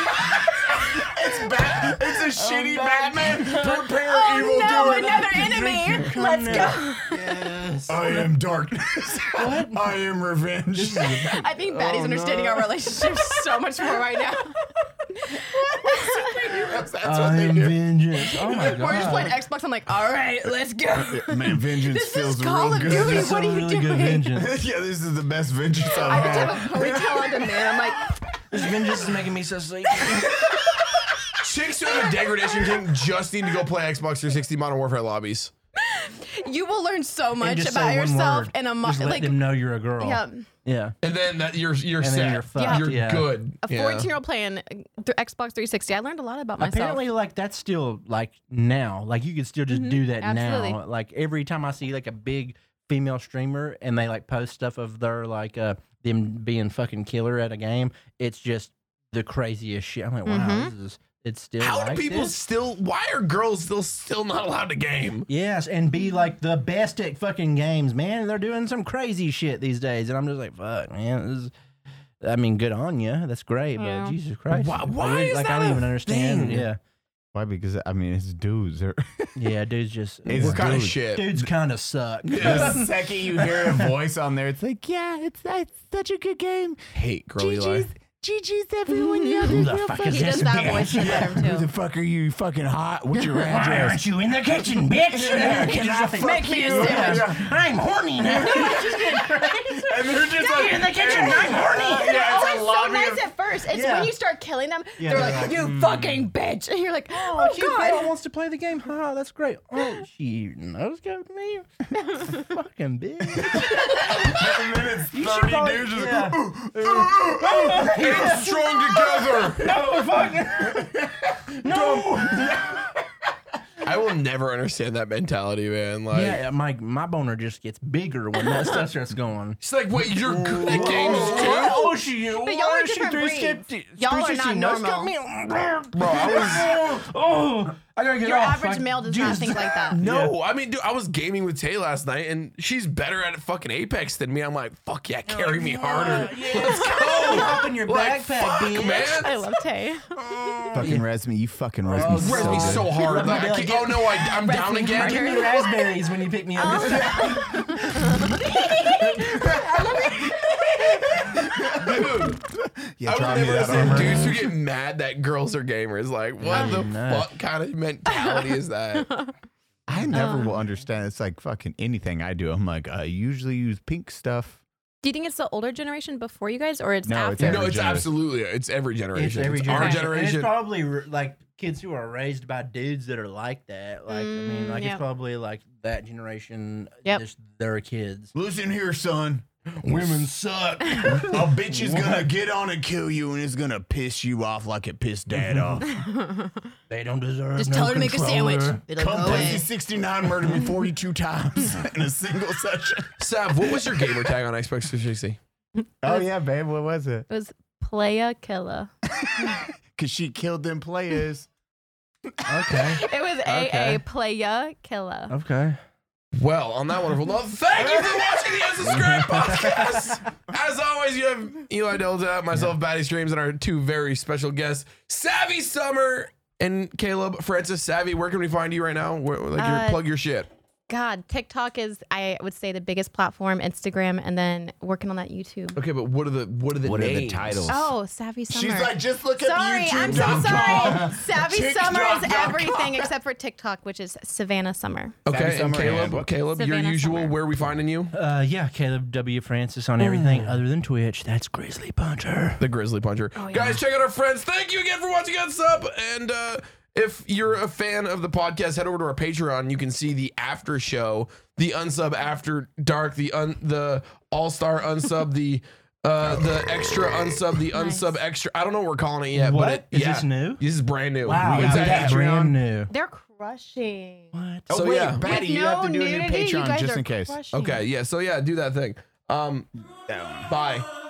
Bat- it's a shitty back. Batman. Prepare Oh evil no, doer. another enemy. Let's go. Yes. I am darkness. I am revenge. I think Batty's understanding our relationship so much more right now. That's what I they am do. vengeance. Oh my We're just playing god. Xbox. I'm like, all right, let's go. Man, vengeance This feels is Call real of good. Duty. That's What are some you really good doing? vengeance. yeah, this is the best vengeance I've I had. just have a ponytail on demand. I'm like, This vengeance is making me so sleepy. Chicks who have a degradation kink just need to go play Xbox 360 Modern Warfare lobbies. you will learn so And much just about say one yourself word. and a Just month. let Like, them know you're a girl. yeah. Yeah. And then that you're you're then set. you're fucked, You're yeah. good. A 14 year old playing uh, th- Xbox 360. I learned a lot about myself. Apparently, like that's still like now. Like you can still just do that now. Mm-hmm. absolutely. Like every time I see like a big female streamer and they like post stuff of their like uh them being fucking killer at a game, it's just the craziest shit. I'm like, wow, this Mm-hmm. is it's still. How like do people this? still? Why are girls still still not allowed to game? Yes, and be like the best at fucking games, man. They're doing some crazy shit these days, and I'm just like, fuck, man. This is, I mean, good on you. That's great, but Jesus Christ, Why- I why really- is like that I don't a even understand? thing? Yeah, Why? Because I mean, it's dudes. They're yeah, dudes just It's What kind of Dude. shit? dudes kind of suck. the second you hear a voice on there, it's like, yeah, it's, it's such a good game. Hate girl Eli. GG's, GG's everyone yelling Who real the fuck fucking. is he does this that bitch? voice in there Who the too. fuck are you? You Fucking hot. What's your Why address? aren't you in the kitchen, bitch? Can I fuck Make me a you? sandwich. Yeah. I'm horny now. and they're just Get in the kitchen. I'm horny. yeah, it's a Always so lobby nice of- at first. worse. It's Yeah. when you start killing them. Yeah, they're they're like, like, "Mm." "You fucking bitch," and you're like, "Oh, she god." wants to play the game. Ha, that's great. Oh, she knows got me. Fucking bitch. And then it's 30 probably- dudes just yeah. like, ooh, ooh, ooh, and strung together. Oh, fuck. I will never understand that mentality, man. Like, Oh, Yeah, my my boner just gets bigger when that stuff starts going. it's like, wait, you're good at games too? Oh, she, But y'all are different breeds. Y'all are not normal. Bro, I was. oh, I gotta get Your off. average I- male does not Jesus. think like that. No, I mean, dude, I was gaming with Tay last night, and she's better at fucking Apex than me. I'm like, fuck yeah, carry me harder. Let's go. Hop in your Like, backpack, fuck, bitch. man. I love Tay. Fucking res me. You fucking res me. Res me so hard. Like, I can't- oh no, I, I'm down Give again. me raspberries when you pick me up. Oh. Dude, Yeah, I try would me never that understand armor. dudes who get mad that girls are gamers. Like, what the nuts. fuck kind of mentality is that? I never will understand. It's like fucking anything I do. I'm like, I usually use pink stuff. Do you think it's the older generation before you guys, or it's No, after? it's no, Every it's generation. absolutely it's every generation. It's, every our And it's generation. probably r- like kids who are raised by dudes that are like that. Like, I mean, Mm, like yeah. it's probably like that generation. Yep. Just their kids. Listen here, son. Women suck. A bitch is gonna get on and kill you, and it's gonna piss you off like it pissed dad off. They don't deserve. Just no tell her to make a controller. sandwich. It'll Come go play away. 69 murdered me 42 times in a single session. Sav, what was your gamer tag on Xbox 360? Oh yeah, babe. What was it? It was Playa Killa. Cause she killed them players. Okay. It was Okay. AA Playa Killa. Oh. Okay. Well, on that wonderful note, thank you for watching the Unsubscribe podcast. As always, you have Eli Delta, myself, Batty Streams, and our two very special guests, Savvy Summer and Caleb Francis. Savvy, where can we find you right now? Where, like, your, Uh, plug your shit. God, TikTok is I would say the biggest platform. Instagram, and then working on that YouTube. Okay, but what are the what are the What are the names? titles? Oh, Savvy Summer. She's like, just look sorry, at YouTube. I'm so sorry. Savvy Summer is TikTok.com. everything except for TikTok, which is Savannah Summer. Okay, Savvy and Summer and Caleb, what- Caleb, Savannah your usual. Summer. Where are we finding you? Uh, yeah, Caleb W. Francis on Mm. everything other than Twitch. That's Grizzly Puncher. the Grizzly Puncher. Oh, Guys, check out our friends. Thank you again for watching us up. And uh, if you're a fan of the podcast, head over to our Patreon. You can see the after show, the unsub after dark, the un the all star unsub, the uh, the extra unsub, the unsub extra. I don't know what we're calling it yet, but What? it, Is yeah. this new? This is brand new. Wow, it's at that's Patreon. brand new. They're crushing. What? Oh So, wait, yeah. Batty, you have to do a new Patreon just in case. Okay, yeah. So yeah, do that thing. Um, bye.